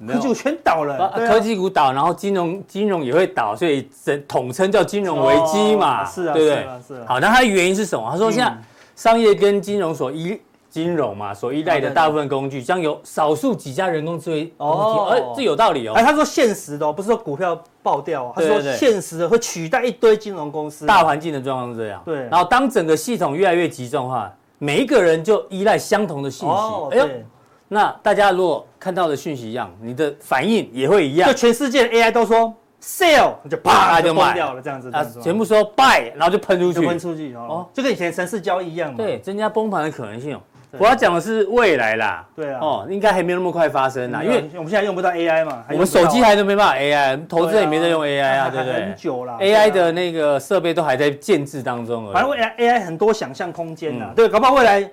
[SPEAKER 1] 科技股全倒了，
[SPEAKER 2] 啊
[SPEAKER 1] 对啊
[SPEAKER 2] 科技股倒，然后金融金融也会倒，所以整统称叫金融危机嘛，
[SPEAKER 1] 哦是啊，
[SPEAKER 2] 对不
[SPEAKER 1] 是
[SPEAKER 2] 对？
[SPEAKER 1] 啊，是啊，嗯
[SPEAKER 2] 好，那它的原因是什么？他说现在商业跟金融所依金融嘛所依赖的大部分工具，将由少数几家人工智慧
[SPEAKER 1] 哦
[SPEAKER 2] 哦，哎这有道理哦
[SPEAKER 1] 哎，。他说现实的哦，不是说股票爆掉哦，他说
[SPEAKER 2] 对对对
[SPEAKER 1] 现实的会取代一堆金融公司，
[SPEAKER 2] 大环境的状况是这样。
[SPEAKER 1] 对
[SPEAKER 2] 然后当整个系统越来越集中化，每一个人就依赖相同的信息。
[SPEAKER 1] 哦，
[SPEAKER 2] 哎呦，
[SPEAKER 1] 对，
[SPEAKER 2] 那大家如果看到的讯息一样，你的反应也会一样
[SPEAKER 1] 就。全世界的 AI 都说 sell，就
[SPEAKER 2] 啪
[SPEAKER 1] 啪
[SPEAKER 2] 就
[SPEAKER 1] 就关
[SPEAKER 2] 卖
[SPEAKER 1] 掉了，这样子，这
[SPEAKER 2] 啊
[SPEAKER 1] 样子，
[SPEAKER 2] 全部说 buy，然后就喷出
[SPEAKER 1] 就
[SPEAKER 2] 去。
[SPEAKER 1] 分出去哦
[SPEAKER 2] 哦，
[SPEAKER 1] 就跟以前城市交易一样嘛，
[SPEAKER 2] 对，增加崩盘的可能性哦。
[SPEAKER 1] 对
[SPEAKER 2] 我要讲的是未来啦。
[SPEAKER 1] 对啊嗯
[SPEAKER 2] 哦，应该还没有那么快发生啦，因为
[SPEAKER 1] 我们现在用不到 AI 嘛，还
[SPEAKER 2] 我
[SPEAKER 1] 用不到
[SPEAKER 2] 们手机还都没办法 AI，投资人也没在用 AI 啊，
[SPEAKER 1] 还
[SPEAKER 2] 对不
[SPEAKER 1] 很
[SPEAKER 2] 对
[SPEAKER 1] 久啦
[SPEAKER 2] ？AI
[SPEAKER 1] 对
[SPEAKER 2] 的
[SPEAKER 1] 啊
[SPEAKER 2] 那个设备都还在建制当中而已。
[SPEAKER 1] 反正 AI AI 很多想象空间呐
[SPEAKER 2] 嗯，
[SPEAKER 1] 对，搞不好未来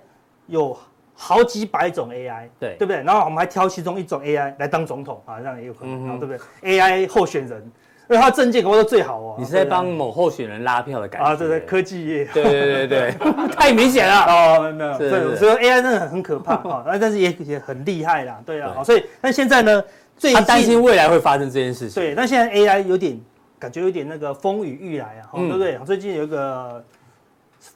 [SPEAKER 1] 有好几百种 AI，
[SPEAKER 2] 对
[SPEAKER 1] 对不对？然后我们还挑其中一种 AI 来当总统啊，这样也有可能，
[SPEAKER 2] 嗯哼
[SPEAKER 1] 啊对不对？AI 候选人，因为他的证件搞不好都最好哦。
[SPEAKER 2] 你是在
[SPEAKER 1] 对啊
[SPEAKER 2] 帮某候选人拉票的感觉
[SPEAKER 1] 啊？对对，科技业。
[SPEAKER 2] 对对对对， 太明显了。
[SPEAKER 1] 哦，没有，
[SPEAKER 2] 是是
[SPEAKER 1] 对，所以 AI 真的很很可 怕啊，哦但是也也很厉害啦，对啊，哦所以但现在呢，最
[SPEAKER 2] 他担
[SPEAKER 1] 近
[SPEAKER 2] 心未来会发生这件事情。
[SPEAKER 1] 对，那现在 AI 有点感觉有点那个风雨欲来啊，哦
[SPEAKER 2] 嗯
[SPEAKER 1] 对不对？最近有一个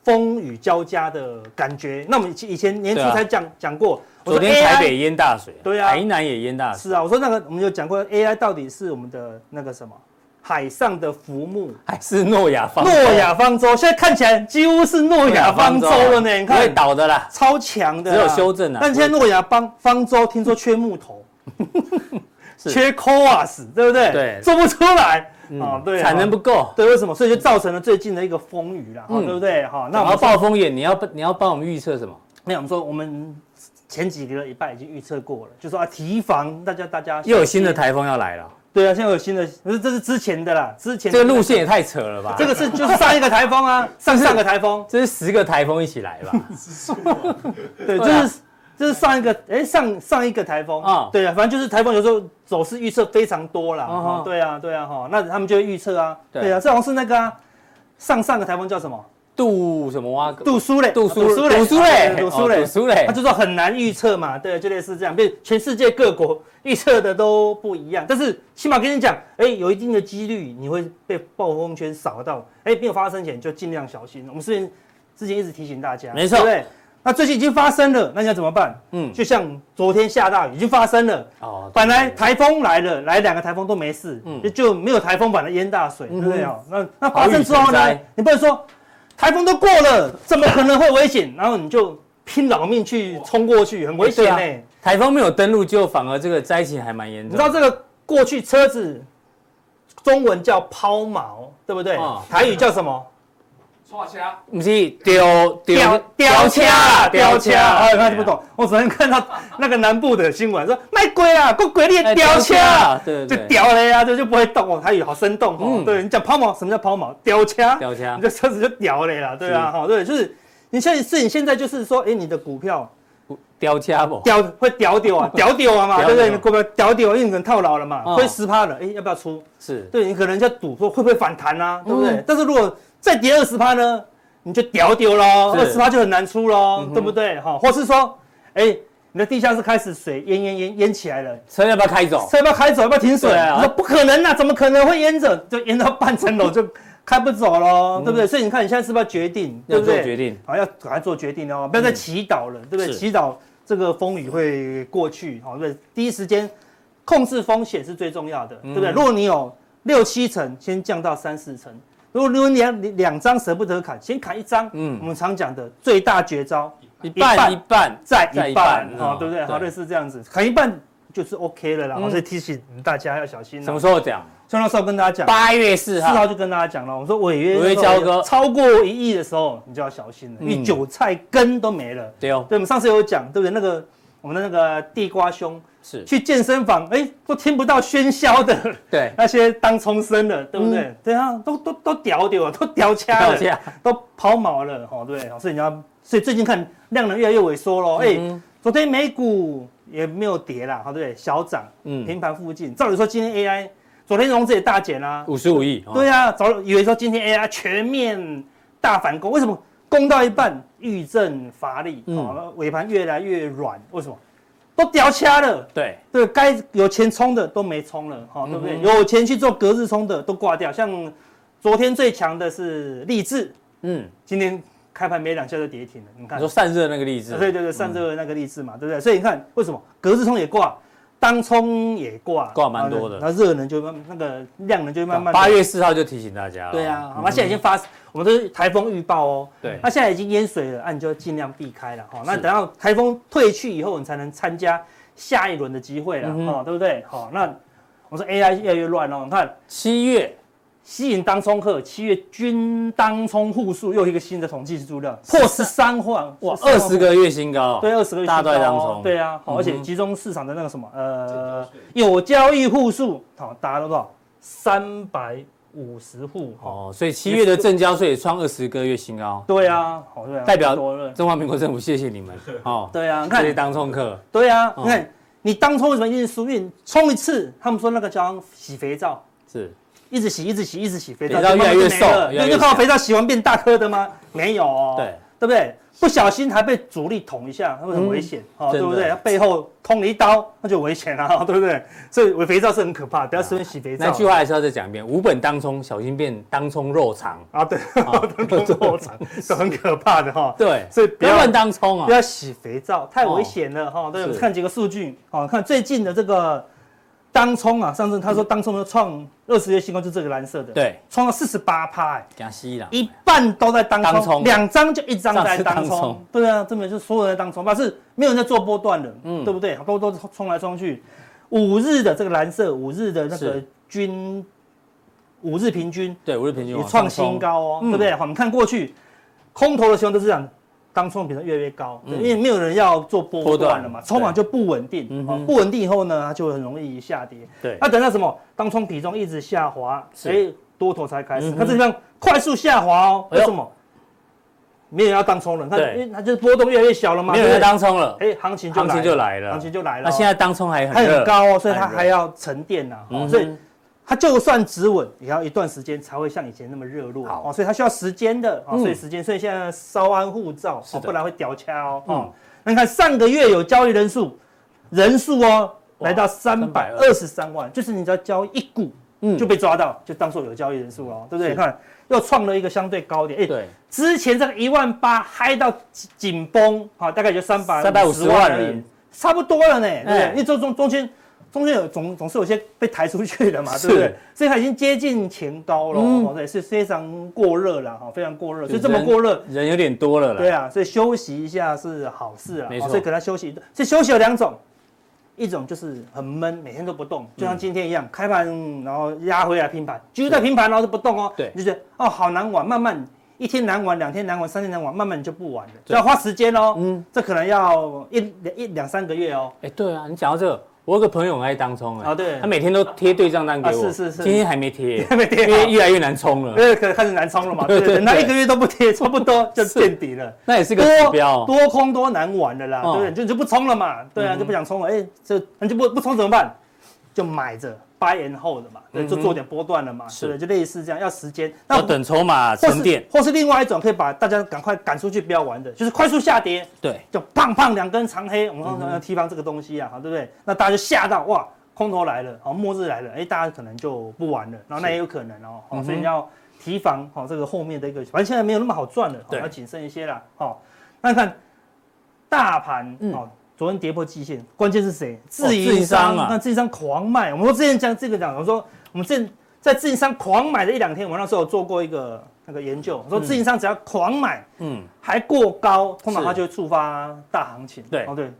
[SPEAKER 1] 风雨交加的感觉。那我们以前以前年初
[SPEAKER 2] 对啊
[SPEAKER 1] 才讲、讲过，
[SPEAKER 2] 昨天
[SPEAKER 1] AI
[SPEAKER 2] 台北淹大水，
[SPEAKER 1] 哎对啊
[SPEAKER 2] 台南也淹大水，
[SPEAKER 1] 是啊，我说那个我们有讲过 AI 到底是我们的那个什么海上的浮木。
[SPEAKER 2] 还是诺亚方
[SPEAKER 1] 哎
[SPEAKER 2] 啊
[SPEAKER 1] 诺亚方舟现在看起来几乎是诺亚方舟了呢，你
[SPEAKER 2] 不会
[SPEAKER 1] 看
[SPEAKER 2] 倒的啦。
[SPEAKER 1] 超强的啊，
[SPEAKER 2] 只有修正啊
[SPEAKER 1] 但现在诺亚方方舟听说缺木 头，缺 coas，对不对？
[SPEAKER 2] 对嗯
[SPEAKER 1] 做不出来啊，对啊，
[SPEAKER 2] 产能不够，
[SPEAKER 1] 对，为什么？所以就造成了最近的一个风雨啦，哈啊
[SPEAKER 2] 嗯
[SPEAKER 1] 对不对？哈，那
[SPEAKER 2] 然
[SPEAKER 1] 我
[SPEAKER 2] 后
[SPEAKER 1] 们
[SPEAKER 2] 暴风眼，你要你要帮我们预测什么？
[SPEAKER 1] 没有，我们说我们前几个礼拜已经预测过了，就说啊，提防大家大家
[SPEAKER 2] 又有新的，台风要来了，
[SPEAKER 1] 对啊，现在有新的，不是这是之前的啦，之前
[SPEAKER 2] 这个路，线也太扯了吧？
[SPEAKER 1] 这个是就是上一个台风 啊，上上个台风，
[SPEAKER 2] 这是十个台风一起来吧？
[SPEAKER 1] 对，
[SPEAKER 2] 对啊
[SPEAKER 1] 这是。这是上一个，哎，上上一个台风
[SPEAKER 2] 啊
[SPEAKER 1] 啊，对啊，反正就是台风有时候走势预测非常多啦，
[SPEAKER 2] 哦
[SPEAKER 1] 哦
[SPEAKER 2] 哦
[SPEAKER 1] 对啊，对啊，哈，那他们就会预测啊，
[SPEAKER 2] 对
[SPEAKER 1] 对啊，这好像是那个啊上上个台风叫什么？
[SPEAKER 2] 杜什么蛙 哥？
[SPEAKER 1] 杜苏芮，
[SPEAKER 2] 杜苏
[SPEAKER 1] 芮
[SPEAKER 2] 杜苏芮
[SPEAKER 1] 对杜苏
[SPEAKER 2] 哦
[SPEAKER 1] 芮，
[SPEAKER 2] 杜苏芮
[SPEAKER 1] 他就说很难预测嘛，对，就类似这样，变全世界各国预测的都不一样，但是起码跟你讲，哎，有一定的几率你会被暴风圈扫到，哎，没有发生前就尽量小心。我们之前之前一直提醒大家，
[SPEAKER 2] 没错
[SPEAKER 1] 对不对？那最近已经发生了，那你要怎么办？
[SPEAKER 2] 嗯
[SPEAKER 1] 嗯，就像昨天下大雨已经发生了。
[SPEAKER 2] 哦
[SPEAKER 1] 本来台风来了，来两个台风都没事，
[SPEAKER 2] 嗯
[SPEAKER 1] 就就没有台风反而淹大水，
[SPEAKER 2] 嗯哼
[SPEAKER 1] 对不对哦？那那发生之后
[SPEAKER 2] 好雨成
[SPEAKER 1] 呢
[SPEAKER 2] 灾？
[SPEAKER 1] 你不能说台风都过了，怎么可能会危险？然后你就拼老命去冲过去，很危险
[SPEAKER 2] 对
[SPEAKER 1] 呢、
[SPEAKER 2] 啊，台风没有登陆，就反而这个灾情还蛮严
[SPEAKER 1] 你
[SPEAKER 2] 重
[SPEAKER 1] 知。道这个过去车子中文叫抛锚，对不对？
[SPEAKER 2] 哦
[SPEAKER 1] 台语叫什么？
[SPEAKER 4] 刷枪，
[SPEAKER 2] 不是丢
[SPEAKER 1] 吊吊车啦，吊车！哎，
[SPEAKER 2] 哎
[SPEAKER 1] 他就不。懂。我昨天看到那个南部的新闻说，卖啊鬼啦，过鬼你
[SPEAKER 2] 哎
[SPEAKER 1] 的吊车啊，
[SPEAKER 2] 对
[SPEAKER 1] 就
[SPEAKER 2] 对对，
[SPEAKER 1] 屌了呀，就就不会动哦。台语好生动哦
[SPEAKER 2] 嗯。
[SPEAKER 1] 对你讲抛锚，什么叫抛锚？吊车，
[SPEAKER 2] 吊车
[SPEAKER 1] 你这车子就屌了啦，对啊，哈，对，就是你现在是你现在就是说，哎，你的股票
[SPEAKER 2] 吊车不？
[SPEAKER 1] 屌会屌掉 啊，屌掉啊嘛，
[SPEAKER 2] 屌
[SPEAKER 1] 对不
[SPEAKER 2] 掉
[SPEAKER 1] 对？你股票屌掉，因为你可能套牢了嘛，
[SPEAKER 2] 哦
[SPEAKER 1] 亏十趴了，哎，要不要出？
[SPEAKER 2] 是
[SPEAKER 1] 对你可能在赌说会不会反弹啊，对不对
[SPEAKER 2] 嗯？
[SPEAKER 1] 但是如果再跌二十趴呢，你就屌掉喽，二
[SPEAKER 2] 是
[SPEAKER 1] 十趴就很难出喽
[SPEAKER 2] 嗯，哼
[SPEAKER 1] 对不对？哈，或是说，哎，你的地下室开始水淹淹淹淹起来了。
[SPEAKER 2] 车要不要开走？
[SPEAKER 1] 车要不要开走？要不要停水？
[SPEAKER 2] 对啊
[SPEAKER 1] 我说不可能啊，怎么可能会淹着？就淹到半层楼就开不走喽，对不对？所以你看你现在是不是要决定，
[SPEAKER 2] 嗯要
[SPEAKER 1] 对不
[SPEAKER 2] 做
[SPEAKER 1] 对？
[SPEAKER 2] 决定。嗯
[SPEAKER 1] 好，要赶快做决定哦，不要再祈祷了，对不对？
[SPEAKER 2] 是
[SPEAKER 1] 祈祷这个风雨会过去，好，对不对，第一时间控制风险是最重要的，
[SPEAKER 2] 嗯
[SPEAKER 1] 对不对？如果你有六七成，先降到三四成。如果如果你两两张舍不得砍，先砍一张，
[SPEAKER 2] 嗯
[SPEAKER 1] 嗯，我们常讲的最大绝招，
[SPEAKER 2] 一半一
[SPEAKER 1] 一
[SPEAKER 2] 半，
[SPEAKER 1] 再
[SPEAKER 2] 再一
[SPEAKER 1] 一半
[SPEAKER 2] 半，
[SPEAKER 1] 好，
[SPEAKER 2] 哦
[SPEAKER 1] 对不对？好，
[SPEAKER 2] 对
[SPEAKER 1] 类似这样子，砍一半就是 OK 了啦。
[SPEAKER 2] 嗯
[SPEAKER 1] 我所以提醒大家要小心
[SPEAKER 2] 什
[SPEAKER 1] 啦
[SPEAKER 2] 么。时候讲？
[SPEAKER 1] 像那时候跟大家讲，
[SPEAKER 2] 八月四
[SPEAKER 1] 四
[SPEAKER 2] 号。
[SPEAKER 1] 号就跟大家讲了，我说违约
[SPEAKER 2] 违约交割
[SPEAKER 1] 超过一亿的时候，你就要小心了，因为
[SPEAKER 2] 嗯
[SPEAKER 1] 韭菜根都没了。
[SPEAKER 2] 对哦，
[SPEAKER 1] 对，我们上次有讲，对不对？那个我们的那个地瓜兄
[SPEAKER 2] 是
[SPEAKER 1] 去健身房，哎，都听不到喧嚣的
[SPEAKER 2] 对，
[SPEAKER 1] 那些当冲声了，对不对？
[SPEAKER 2] 嗯
[SPEAKER 1] 对啊，都都都屌屌，都屌掐
[SPEAKER 2] 道
[SPEAKER 1] 了，
[SPEAKER 2] 歉。
[SPEAKER 1] 都抛锚了，哦，对，哦所以你要，所以最近看量能越来越萎缩喽。哎、
[SPEAKER 2] 嗯
[SPEAKER 1] 昨天美股也没有跌啦，好对不对？小涨，
[SPEAKER 2] 嗯，
[SPEAKER 1] 平盘附近。照理说今天 AI，昨天融资也大减啦、
[SPEAKER 2] 五十五亿。
[SPEAKER 1] 对
[SPEAKER 2] 啊，
[SPEAKER 1] 啊，早以为说今天 AI 全面大反攻，为什么攻到一半遇震乏力，
[SPEAKER 2] 嗯
[SPEAKER 1] 哦，尾盘越来越软，为什么？都掉掐了，
[SPEAKER 2] 对，
[SPEAKER 1] 对该有钱冲的都没冲了，哈、对不对？
[SPEAKER 2] 嗯
[SPEAKER 1] 有钱去做隔日冲的都挂掉，像昨天最强的是励志，
[SPEAKER 2] 嗯，
[SPEAKER 1] 今天开盘没两下就跌停了，你
[SPEAKER 2] 你
[SPEAKER 1] 看
[SPEAKER 2] 说，嗯散热那个例
[SPEAKER 1] 对
[SPEAKER 2] 子，
[SPEAKER 1] 对对，上周的那个励志嘛，对不对？所以你看为什么隔日冲也挂，当冲也挂，
[SPEAKER 2] 挂蛮多的
[SPEAKER 1] 然后热能就慢那个量能就慢慢地
[SPEAKER 2] 八月四号就提醒大家了。嗯
[SPEAKER 1] 对啊，那、现在已经发，我们都是台风预报哦。
[SPEAKER 2] 对
[SPEAKER 1] 那、现在已经淹水了，那、你就尽量避开了哈、那
[SPEAKER 2] 是
[SPEAKER 1] 等到台风退去以后，你才能参加下一轮的机会了、
[SPEAKER 2] 嗯哼
[SPEAKER 1] 哦，对不对？好、那我说 AI 越来越乱哦，你看
[SPEAKER 2] 七月
[SPEAKER 1] 吸引当冲客，七月均当冲户数又一个新的统计资料，破十哦三万，
[SPEAKER 2] 哇，
[SPEAKER 1] 13
[SPEAKER 2] 二
[SPEAKER 1] 万
[SPEAKER 2] 十个月新高。
[SPEAKER 1] 对，二十个
[SPEAKER 2] 大
[SPEAKER 1] 新
[SPEAKER 2] 段
[SPEAKER 1] 高
[SPEAKER 2] 当
[SPEAKER 1] 哦
[SPEAKER 2] 冲
[SPEAKER 1] 对啊，好、而且
[SPEAKER 2] 嗯哼
[SPEAKER 1] 集中市场的那个什么
[SPEAKER 4] 交
[SPEAKER 1] 呃
[SPEAKER 4] 税，
[SPEAKER 1] 有交易户数，好、达到多少？三百五十户，好、
[SPEAKER 2] 哦，所以七月的正交税也创二十个月新高。
[SPEAKER 1] 对啊，好对啊，
[SPEAKER 2] 代表
[SPEAKER 1] 多了。
[SPEAKER 2] 中华民国政府谢谢你们哦，
[SPEAKER 1] 对啊，你
[SPEAKER 2] 谢谢
[SPEAKER 1] 看，
[SPEAKER 2] 当冲客。
[SPEAKER 1] 对啊，
[SPEAKER 2] 嗯
[SPEAKER 1] 你看你当初为什么一直输运冲一次？他们说那个叫洗肥皂，
[SPEAKER 2] 是，
[SPEAKER 1] 一直洗，一直洗，一直洗，肥皂
[SPEAKER 2] 肥皂
[SPEAKER 1] 就慢慢
[SPEAKER 2] 越来越
[SPEAKER 1] 就没了
[SPEAKER 2] 瘦越来
[SPEAKER 1] 对，
[SPEAKER 2] 越
[SPEAKER 1] 就靠
[SPEAKER 2] 小
[SPEAKER 1] 肥皂洗完变大颗的吗？没有哦，
[SPEAKER 2] 对，
[SPEAKER 1] 对不对？不小心还被主力捅一下，那会很危险哦，
[SPEAKER 2] 嗯
[SPEAKER 1] 对
[SPEAKER 2] 真的
[SPEAKER 1] 不对？他背后捅了一刀，那就危险了、 对不对？所以我肥皂是很可怕，不要随便洗肥皂。
[SPEAKER 2] 那句话还是要再讲一遍：无本当冲，小心变当冲肉肠。
[SPEAKER 1] 啊，对， 当中落 场是很可怕的哈、
[SPEAKER 2] 哦对，啊
[SPEAKER 1] 所以不
[SPEAKER 2] 不要
[SPEAKER 1] 要
[SPEAKER 2] 乱当冲
[SPEAKER 1] 不
[SPEAKER 2] 啊。哦
[SPEAKER 1] 要洗肥皂，太危险了哈。对，我们
[SPEAKER 2] 是
[SPEAKER 1] 看几个数据，好，看最近的这个当冲啊，上次他说当冲的创二十月新高，就这个蓝色的，，
[SPEAKER 2] 对，
[SPEAKER 1] 冲到四十八趴，哎
[SPEAKER 2] 给他吸了。
[SPEAKER 1] 一半都在当
[SPEAKER 2] 当
[SPEAKER 1] 冲，
[SPEAKER 2] 冲
[SPEAKER 1] 两张就一张
[SPEAKER 2] 上
[SPEAKER 1] 在
[SPEAKER 2] 次
[SPEAKER 1] 当
[SPEAKER 2] 当
[SPEAKER 1] 冲
[SPEAKER 2] 冲，
[SPEAKER 1] 对啊，根本就所有人在当冲，但是没有人在做波段的，
[SPEAKER 2] 嗯
[SPEAKER 1] 对不对？都都冲来冲去，五日的这个蓝色，五日的那个
[SPEAKER 2] 是
[SPEAKER 1] 均，五日平均，
[SPEAKER 2] 对，五日平均
[SPEAKER 1] 也
[SPEAKER 2] 往
[SPEAKER 1] 创
[SPEAKER 2] 上
[SPEAKER 1] 新
[SPEAKER 2] 冲。
[SPEAKER 1] 高哦，
[SPEAKER 2] 嗯
[SPEAKER 1] 对不对？好，我们看过去空头的情况都是这样，当冲比重越来越高，对
[SPEAKER 2] 嗯
[SPEAKER 1] 因为没有人要做波
[SPEAKER 2] 波
[SPEAKER 1] 段
[SPEAKER 2] 段
[SPEAKER 1] 了嘛，冲完就不稳定，
[SPEAKER 2] 嗯
[SPEAKER 1] 哦
[SPEAKER 2] 哼
[SPEAKER 1] 不稳定以后呢，它就很容易下跌。
[SPEAKER 2] 对
[SPEAKER 1] 那等到什么？当冲比重一直下滑，
[SPEAKER 2] 是
[SPEAKER 1] 所以多头才开始。
[SPEAKER 2] 嗯哼
[SPEAKER 1] 看这地方快速下滑哦，
[SPEAKER 2] 哎
[SPEAKER 1] 为
[SPEAKER 2] 呦
[SPEAKER 1] 什么？没有人要当冲了，那
[SPEAKER 2] 对
[SPEAKER 1] 因为它就是波动越来越小了嘛，
[SPEAKER 2] 没有人
[SPEAKER 1] 对
[SPEAKER 2] 在
[SPEAKER 1] 不对
[SPEAKER 2] 当冲了，
[SPEAKER 1] 哎，行情就
[SPEAKER 2] 行情就来
[SPEAKER 1] 了，
[SPEAKER 2] 了
[SPEAKER 1] 行。情就来了哦。
[SPEAKER 2] 那现在当冲还
[SPEAKER 1] 它
[SPEAKER 2] 很热
[SPEAKER 1] 很，高哦，所以它
[SPEAKER 2] 很热
[SPEAKER 1] 还要沉淀呐、哦
[SPEAKER 2] 嗯哼
[SPEAKER 1] 所以它就算止稳，也要一段时间才会像以前那么热络
[SPEAKER 2] 好
[SPEAKER 1] 哦，所以它需要时间的哦，
[SPEAKER 2] 嗯
[SPEAKER 1] 所以时间，所以现在稍安勿躁，
[SPEAKER 2] 是
[SPEAKER 1] 哦、
[SPEAKER 2] 的
[SPEAKER 1] 不然会掉掐哦。
[SPEAKER 2] 嗯
[SPEAKER 1] 哦，那你看上个月有交易人数人数哦，
[SPEAKER 2] 哇
[SPEAKER 1] 来到三百二十三万，就是你只要交易一股
[SPEAKER 2] 嗯
[SPEAKER 1] 就被抓到，就当做有交易人数哦，对不对？
[SPEAKER 2] 是
[SPEAKER 1] 你看又创了一个相对高点，哎、
[SPEAKER 2] 对，
[SPEAKER 1] 之前这个一万八嗨到紧绷，好、大概也就三百
[SPEAKER 2] 350万人
[SPEAKER 1] 而已，差不多了呢，对不对？
[SPEAKER 2] 哎
[SPEAKER 1] 因为中中中间中间有总总是有些被抬出去的嘛，
[SPEAKER 2] 是
[SPEAKER 1] 对不对？所以它已经接近前高了，
[SPEAKER 2] 嗯
[SPEAKER 1] 哦，对，是非常过热了哈、哦，非常过热，
[SPEAKER 2] 就
[SPEAKER 1] 所以这么
[SPEAKER 2] 人
[SPEAKER 1] 过热。
[SPEAKER 2] 人有点多了啦。
[SPEAKER 1] 对啊，所以休息一下是好事啊，
[SPEAKER 2] 没
[SPEAKER 1] 哦
[SPEAKER 2] 错
[SPEAKER 1] 所以给它休息一段。所以休息有两种，一种就是很闷，每天都不
[SPEAKER 2] 嗯
[SPEAKER 1] 动，就像今天一样，开盘然后压回来平盘，居在平盘然后就不动哦，
[SPEAKER 2] 对
[SPEAKER 1] 你就觉得哦好难玩，慢慢一天难玩，两天难玩，三天难玩，慢慢你就不玩了，
[SPEAKER 2] 对
[SPEAKER 1] 要花时间哦，
[SPEAKER 2] 嗯
[SPEAKER 1] 这可能要一两一两三个月哦，
[SPEAKER 2] 哎，对啊，你讲到这个，我有个朋友很爱当冲哎，
[SPEAKER 1] 啊对
[SPEAKER 2] 他每天都贴对账单给
[SPEAKER 1] 啊
[SPEAKER 2] 我，
[SPEAKER 1] 是是是
[SPEAKER 2] 今天还没贴，
[SPEAKER 1] 还没贴
[SPEAKER 2] 因为
[SPEAKER 1] 好
[SPEAKER 2] 越来越难冲了
[SPEAKER 1] 因，为可能开始难冲了嘛，对不对？
[SPEAKER 2] 对对
[SPEAKER 1] 等到一个月都不贴，差不多就见底了。
[SPEAKER 2] 那也是个指标
[SPEAKER 1] 多
[SPEAKER 2] 哦。
[SPEAKER 1] 多空多难玩的啦，对
[SPEAKER 2] 哦
[SPEAKER 1] 不对？你就你就不冲了嘛，对啊，
[SPEAKER 2] 嗯
[SPEAKER 1] 就不想冲了，哎，这那就不不冲怎么办？就买着 buy and hold 的嘛，对，
[SPEAKER 2] 嗯哼
[SPEAKER 1] 就做点波段了嘛，
[SPEAKER 2] 是
[SPEAKER 1] 对不对？就类似这样，要时间。
[SPEAKER 2] 要等筹码
[SPEAKER 1] 或
[SPEAKER 2] 沉淀
[SPEAKER 1] 是，或是另外一种，可以把大家赶快赶出去，不要玩的，就是快速下跌，
[SPEAKER 2] 对，
[SPEAKER 1] 就胖胖两根长黑，我
[SPEAKER 2] 嗯
[SPEAKER 1] 们通常要提防这个东西啊，好对不对？那大家就吓到哇，空头来了，好末日来了，哎，大家可能就不玩了，然后那也有可能哦，好
[SPEAKER 2] 嗯哼
[SPEAKER 1] 所以你要提防好这个后面的一个，反正现在没有那么好赚了，好
[SPEAKER 2] 对
[SPEAKER 1] 要谨慎一些啦，好、那你看大盘
[SPEAKER 2] 嗯
[SPEAKER 1] 哦。昨天跌破季线，关键是谁？自
[SPEAKER 2] 自
[SPEAKER 1] 营
[SPEAKER 2] 营
[SPEAKER 1] 商
[SPEAKER 2] 商啊
[SPEAKER 1] 那自营商狂卖。我们说之前讲这个讲，我说我们这在自营商狂买的一两天，我那时候有做过一个那个研究，我说自营商只要狂买，
[SPEAKER 2] 嗯，
[SPEAKER 1] 还过高，通常
[SPEAKER 2] 是
[SPEAKER 1] 它就会触发大行情。
[SPEAKER 2] 对
[SPEAKER 1] 哦对，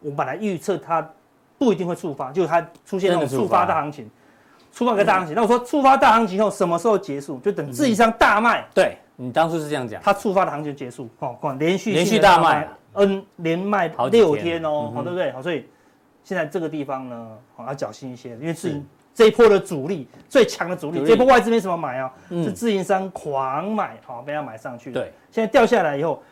[SPEAKER 1] 我本来预测它不一定会触发，就是它出现那种
[SPEAKER 2] 真的触
[SPEAKER 1] 触
[SPEAKER 2] 发
[SPEAKER 1] 发大行情，触发个大行情。那我说触发大行情后什么时候结束？就等自己上大卖，
[SPEAKER 2] 对你当初是这样讲，
[SPEAKER 1] 它触发的行情结束，哦，哦连续性的
[SPEAKER 2] 连续大卖
[SPEAKER 1] ，N 连卖
[SPEAKER 2] 好几天嗯
[SPEAKER 1] 六天哦，好对不对？好，所以现在这个地方呢，好要小心一些，因为自营这一波的主力最强的主
[SPEAKER 2] 主
[SPEAKER 1] 力，
[SPEAKER 2] 力
[SPEAKER 1] 这一波外资没什么买啊，
[SPEAKER 2] 嗯
[SPEAKER 1] 是自营商狂买，好被他买上去，
[SPEAKER 2] 对，
[SPEAKER 1] 现在掉下来以后，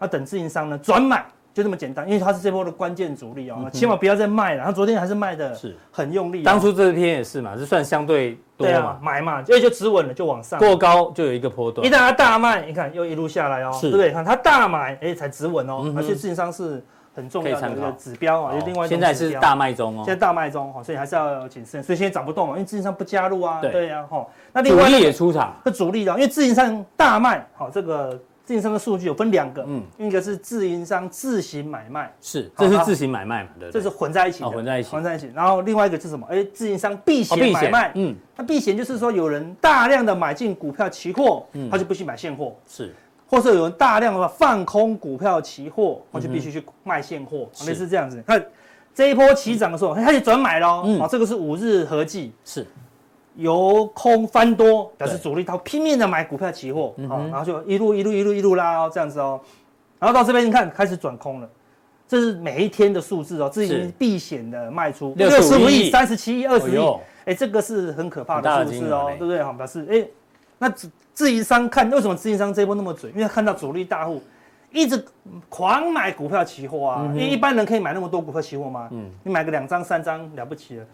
[SPEAKER 1] 要等自营商呢转买。就这么简单，因为它是这波的关键主力哦，那千万不要再卖了。它昨天还是卖的
[SPEAKER 2] 嗯是
[SPEAKER 1] 很用力哦、
[SPEAKER 2] 当初这篇也是嘛，是算相对多
[SPEAKER 1] 对啊
[SPEAKER 2] 嘛，，
[SPEAKER 1] 买嘛，因为就止稳了，就往上。
[SPEAKER 2] 过高就有一个波
[SPEAKER 1] 啊
[SPEAKER 2] 段
[SPEAKER 1] 一，旦它大卖，你看又一路下来哦，
[SPEAKER 2] 是
[SPEAKER 1] 对不对？看它大买，哎，才止稳哦
[SPEAKER 2] 嗯，哼
[SPEAKER 1] 而且自营商是很重
[SPEAKER 2] 可
[SPEAKER 1] 要
[SPEAKER 2] 以参
[SPEAKER 1] 的
[SPEAKER 2] 考
[SPEAKER 1] 一个指标啊，
[SPEAKER 2] 哦
[SPEAKER 1] 有另外一种
[SPEAKER 2] 现在
[SPEAKER 1] 指
[SPEAKER 2] 是
[SPEAKER 1] 标
[SPEAKER 2] 大卖中
[SPEAKER 1] 现在
[SPEAKER 2] 哦，
[SPEAKER 1] 大卖中哦，所以还是要谨慎，所以现在涨不动嘛，因为自营商不加入啊，
[SPEAKER 2] 对
[SPEAKER 1] 对呀，吼。那另
[SPEAKER 2] 主
[SPEAKER 1] 外
[SPEAKER 2] 力也出场，
[SPEAKER 1] 是主力的，因为自营商大卖，好，这个自营商的数据有分两个，
[SPEAKER 2] 嗯，
[SPEAKER 1] 一个是自营商自行买卖，
[SPEAKER 2] 是，
[SPEAKER 1] 好
[SPEAKER 2] 这是
[SPEAKER 1] 那
[SPEAKER 2] 自行买卖嘛，对不
[SPEAKER 1] 这
[SPEAKER 2] 对？
[SPEAKER 1] 是混在一起的，
[SPEAKER 2] 哦混在一起
[SPEAKER 1] 混在一起。然后另外一个是什么？哎，自营商避
[SPEAKER 2] 哦
[SPEAKER 1] 险买卖，
[SPEAKER 2] 嗯，
[SPEAKER 1] 那避险就是说有人大量的买进股票期货，
[SPEAKER 2] 嗯
[SPEAKER 1] 他就不去买现货，
[SPEAKER 2] 是，
[SPEAKER 1] 或者有人大量的放空股票期货，他就必须去卖现货，
[SPEAKER 2] 嗯
[SPEAKER 1] 哦
[SPEAKER 2] 是
[SPEAKER 1] 类似这样子。那这一波起涨的时候，他就转买喽。
[SPEAKER 2] 嗯
[SPEAKER 1] 哦，这个是五日合计
[SPEAKER 2] 是，
[SPEAKER 1] 由空翻多，表示
[SPEAKER 2] 对
[SPEAKER 1] 主力他拼命的买股票期货，
[SPEAKER 2] 嗯
[SPEAKER 1] 好，
[SPEAKER 2] 哼
[SPEAKER 1] 然后就一路一路一路一路拉哦，这样子哦。然后到这边你看开始转空了。这是每一天的数字哦，这已
[SPEAKER 2] 是
[SPEAKER 1] 经避险的卖出
[SPEAKER 2] 65亿
[SPEAKER 1] 三十七亿、二十
[SPEAKER 2] 哎
[SPEAKER 1] 亿，
[SPEAKER 2] 呦
[SPEAKER 1] 哎，这个是很可怕
[SPEAKER 2] 很大
[SPEAKER 1] 的
[SPEAKER 2] 的
[SPEAKER 1] 数字
[SPEAKER 2] 金额
[SPEAKER 1] 哦
[SPEAKER 2] 嘞，
[SPEAKER 1] 对不对？好，表示哎，那自自营商看为什么自营商这一波那么准？因为他看到主力大户一直狂买股票期货啊，因为一般人可以买那么多股票期货吗？
[SPEAKER 2] 嗯
[SPEAKER 1] 你买个两张、三张了不起了。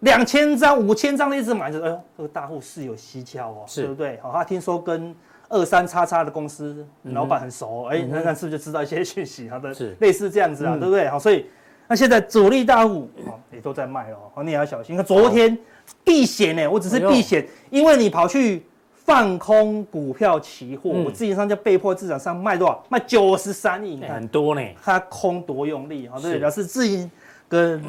[SPEAKER 1] 两千张、五千张的一直买，就哎呦，这个大户是有蹊跷哦，
[SPEAKER 2] 是
[SPEAKER 1] 对不对？好、他听说跟二三叉叉的公司老板很熟，哎、那那是不是就知道一些讯息？好的
[SPEAKER 2] 嗯是，嗯
[SPEAKER 1] 类似这样子啊，对不对？好，所以那现在主力大户哦也都在卖哦，哦你也要小心。那昨天避险呢，我只是
[SPEAKER 2] 哎呦
[SPEAKER 1] 避险，因为你跑去放空股票期货，
[SPEAKER 2] 嗯
[SPEAKER 1] 我自己上就被迫市场上卖多少？卖九十三亿，你
[SPEAKER 2] 哎
[SPEAKER 1] 看
[SPEAKER 2] 很多呢，
[SPEAKER 1] 它空多用力，哦好，对不
[SPEAKER 2] 是
[SPEAKER 1] 对，表示自营跟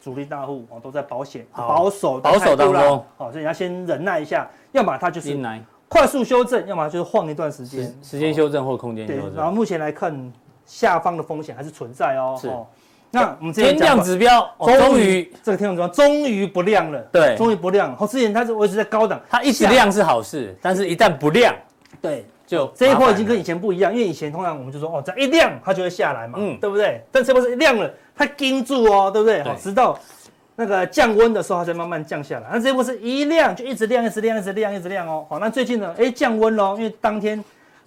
[SPEAKER 1] 主力大户哦都在保险
[SPEAKER 2] 好
[SPEAKER 1] 保守的
[SPEAKER 2] 保守
[SPEAKER 1] 态度啦哦
[SPEAKER 2] 当中，
[SPEAKER 1] 好，所以你要先忍耐一下，要么它就
[SPEAKER 2] 进
[SPEAKER 1] 是
[SPEAKER 2] 来
[SPEAKER 1] 快速修正，要么就是晃一段时间哦
[SPEAKER 2] 时，时间修正或空间
[SPEAKER 1] 对
[SPEAKER 2] 修，
[SPEAKER 1] 然
[SPEAKER 2] 正，
[SPEAKER 1] 后目前来看，下方的风险还是存在哦。
[SPEAKER 2] 是
[SPEAKER 1] 哦那我们之前
[SPEAKER 2] 天
[SPEAKER 1] 讲
[SPEAKER 2] 量
[SPEAKER 1] 过，
[SPEAKER 2] 指标哦终于
[SPEAKER 1] 这个天量指标终于不亮了，
[SPEAKER 2] 对
[SPEAKER 1] 终于不亮了。哦，之前它是我一直在高档，
[SPEAKER 2] 它一直
[SPEAKER 1] 下
[SPEAKER 2] 亮是好事，但是一旦不亮
[SPEAKER 1] 对，
[SPEAKER 2] 就
[SPEAKER 1] 这一
[SPEAKER 2] 麻
[SPEAKER 1] 波
[SPEAKER 2] 烦
[SPEAKER 1] 已经跟
[SPEAKER 2] 了
[SPEAKER 1] 以前不一样，因为以前通常我们就说哦，只要一亮它就会下来嘛，
[SPEAKER 2] 嗯
[SPEAKER 1] 对不对？但这波是亮了，它盯住哦，对不对？
[SPEAKER 2] 对
[SPEAKER 1] 好，直到那个降温的时候，它才慢慢降下来。那这波是一亮就一直亮，一直亮，一直亮，一直亮哦。好，那最近呢，哎，降温喽，因为当天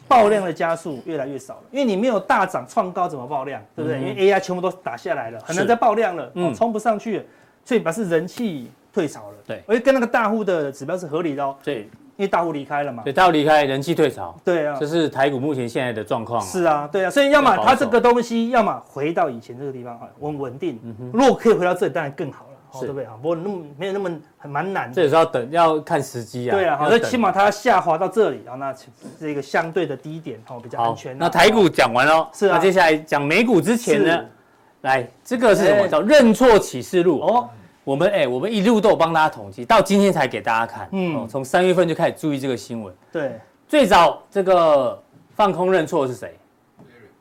[SPEAKER 1] 爆量的加速越来越少了，因为你没有大涨创高怎么爆量，对不对？
[SPEAKER 2] 嗯哼
[SPEAKER 1] 因为 AI 全部都打下来了，很难
[SPEAKER 2] 是
[SPEAKER 1] 再爆量了，
[SPEAKER 2] 嗯
[SPEAKER 1] 哦冲不上去了，所以表示人气退潮了。
[SPEAKER 2] 对
[SPEAKER 1] 而且跟那个大户的指标是合理的哦，
[SPEAKER 2] 对
[SPEAKER 1] 因为大户离开了嘛
[SPEAKER 2] 对，。它要离开人气退潮，
[SPEAKER 1] 对啊，
[SPEAKER 2] 这是台股目前现在的状况哦。
[SPEAKER 1] 是啊，对啊，所以要么
[SPEAKER 2] 要保守
[SPEAKER 1] 它这个东西，要么回到以前这个地方啊，稳稳定。如果可以回到这里，当然更好了，哦
[SPEAKER 2] 嗯是
[SPEAKER 1] 对不对啊？不过那么没有那么很蛮难的。
[SPEAKER 2] 这也是要等，要看时机啊。
[SPEAKER 1] 对啊，
[SPEAKER 2] 要
[SPEAKER 1] 好，所以
[SPEAKER 2] 等
[SPEAKER 1] 起码它下滑到这里，然后那是一个相对的低点，哦，比较安
[SPEAKER 2] 好
[SPEAKER 1] 全啊。。
[SPEAKER 2] 那台股讲完了，
[SPEAKER 1] 是啊
[SPEAKER 2] 那接下来讲美股之前呢
[SPEAKER 1] 是，
[SPEAKER 2] 来这个是什么
[SPEAKER 1] 哎
[SPEAKER 2] 叫认错启示录？
[SPEAKER 1] 哦，
[SPEAKER 2] 我们哎，我们一路都有帮大家统计，到今天才给大家看。
[SPEAKER 1] 嗯
[SPEAKER 2] 嗯，从三月份就开始注意这个新闻。
[SPEAKER 1] 对
[SPEAKER 2] 最早这个放空认错是谁？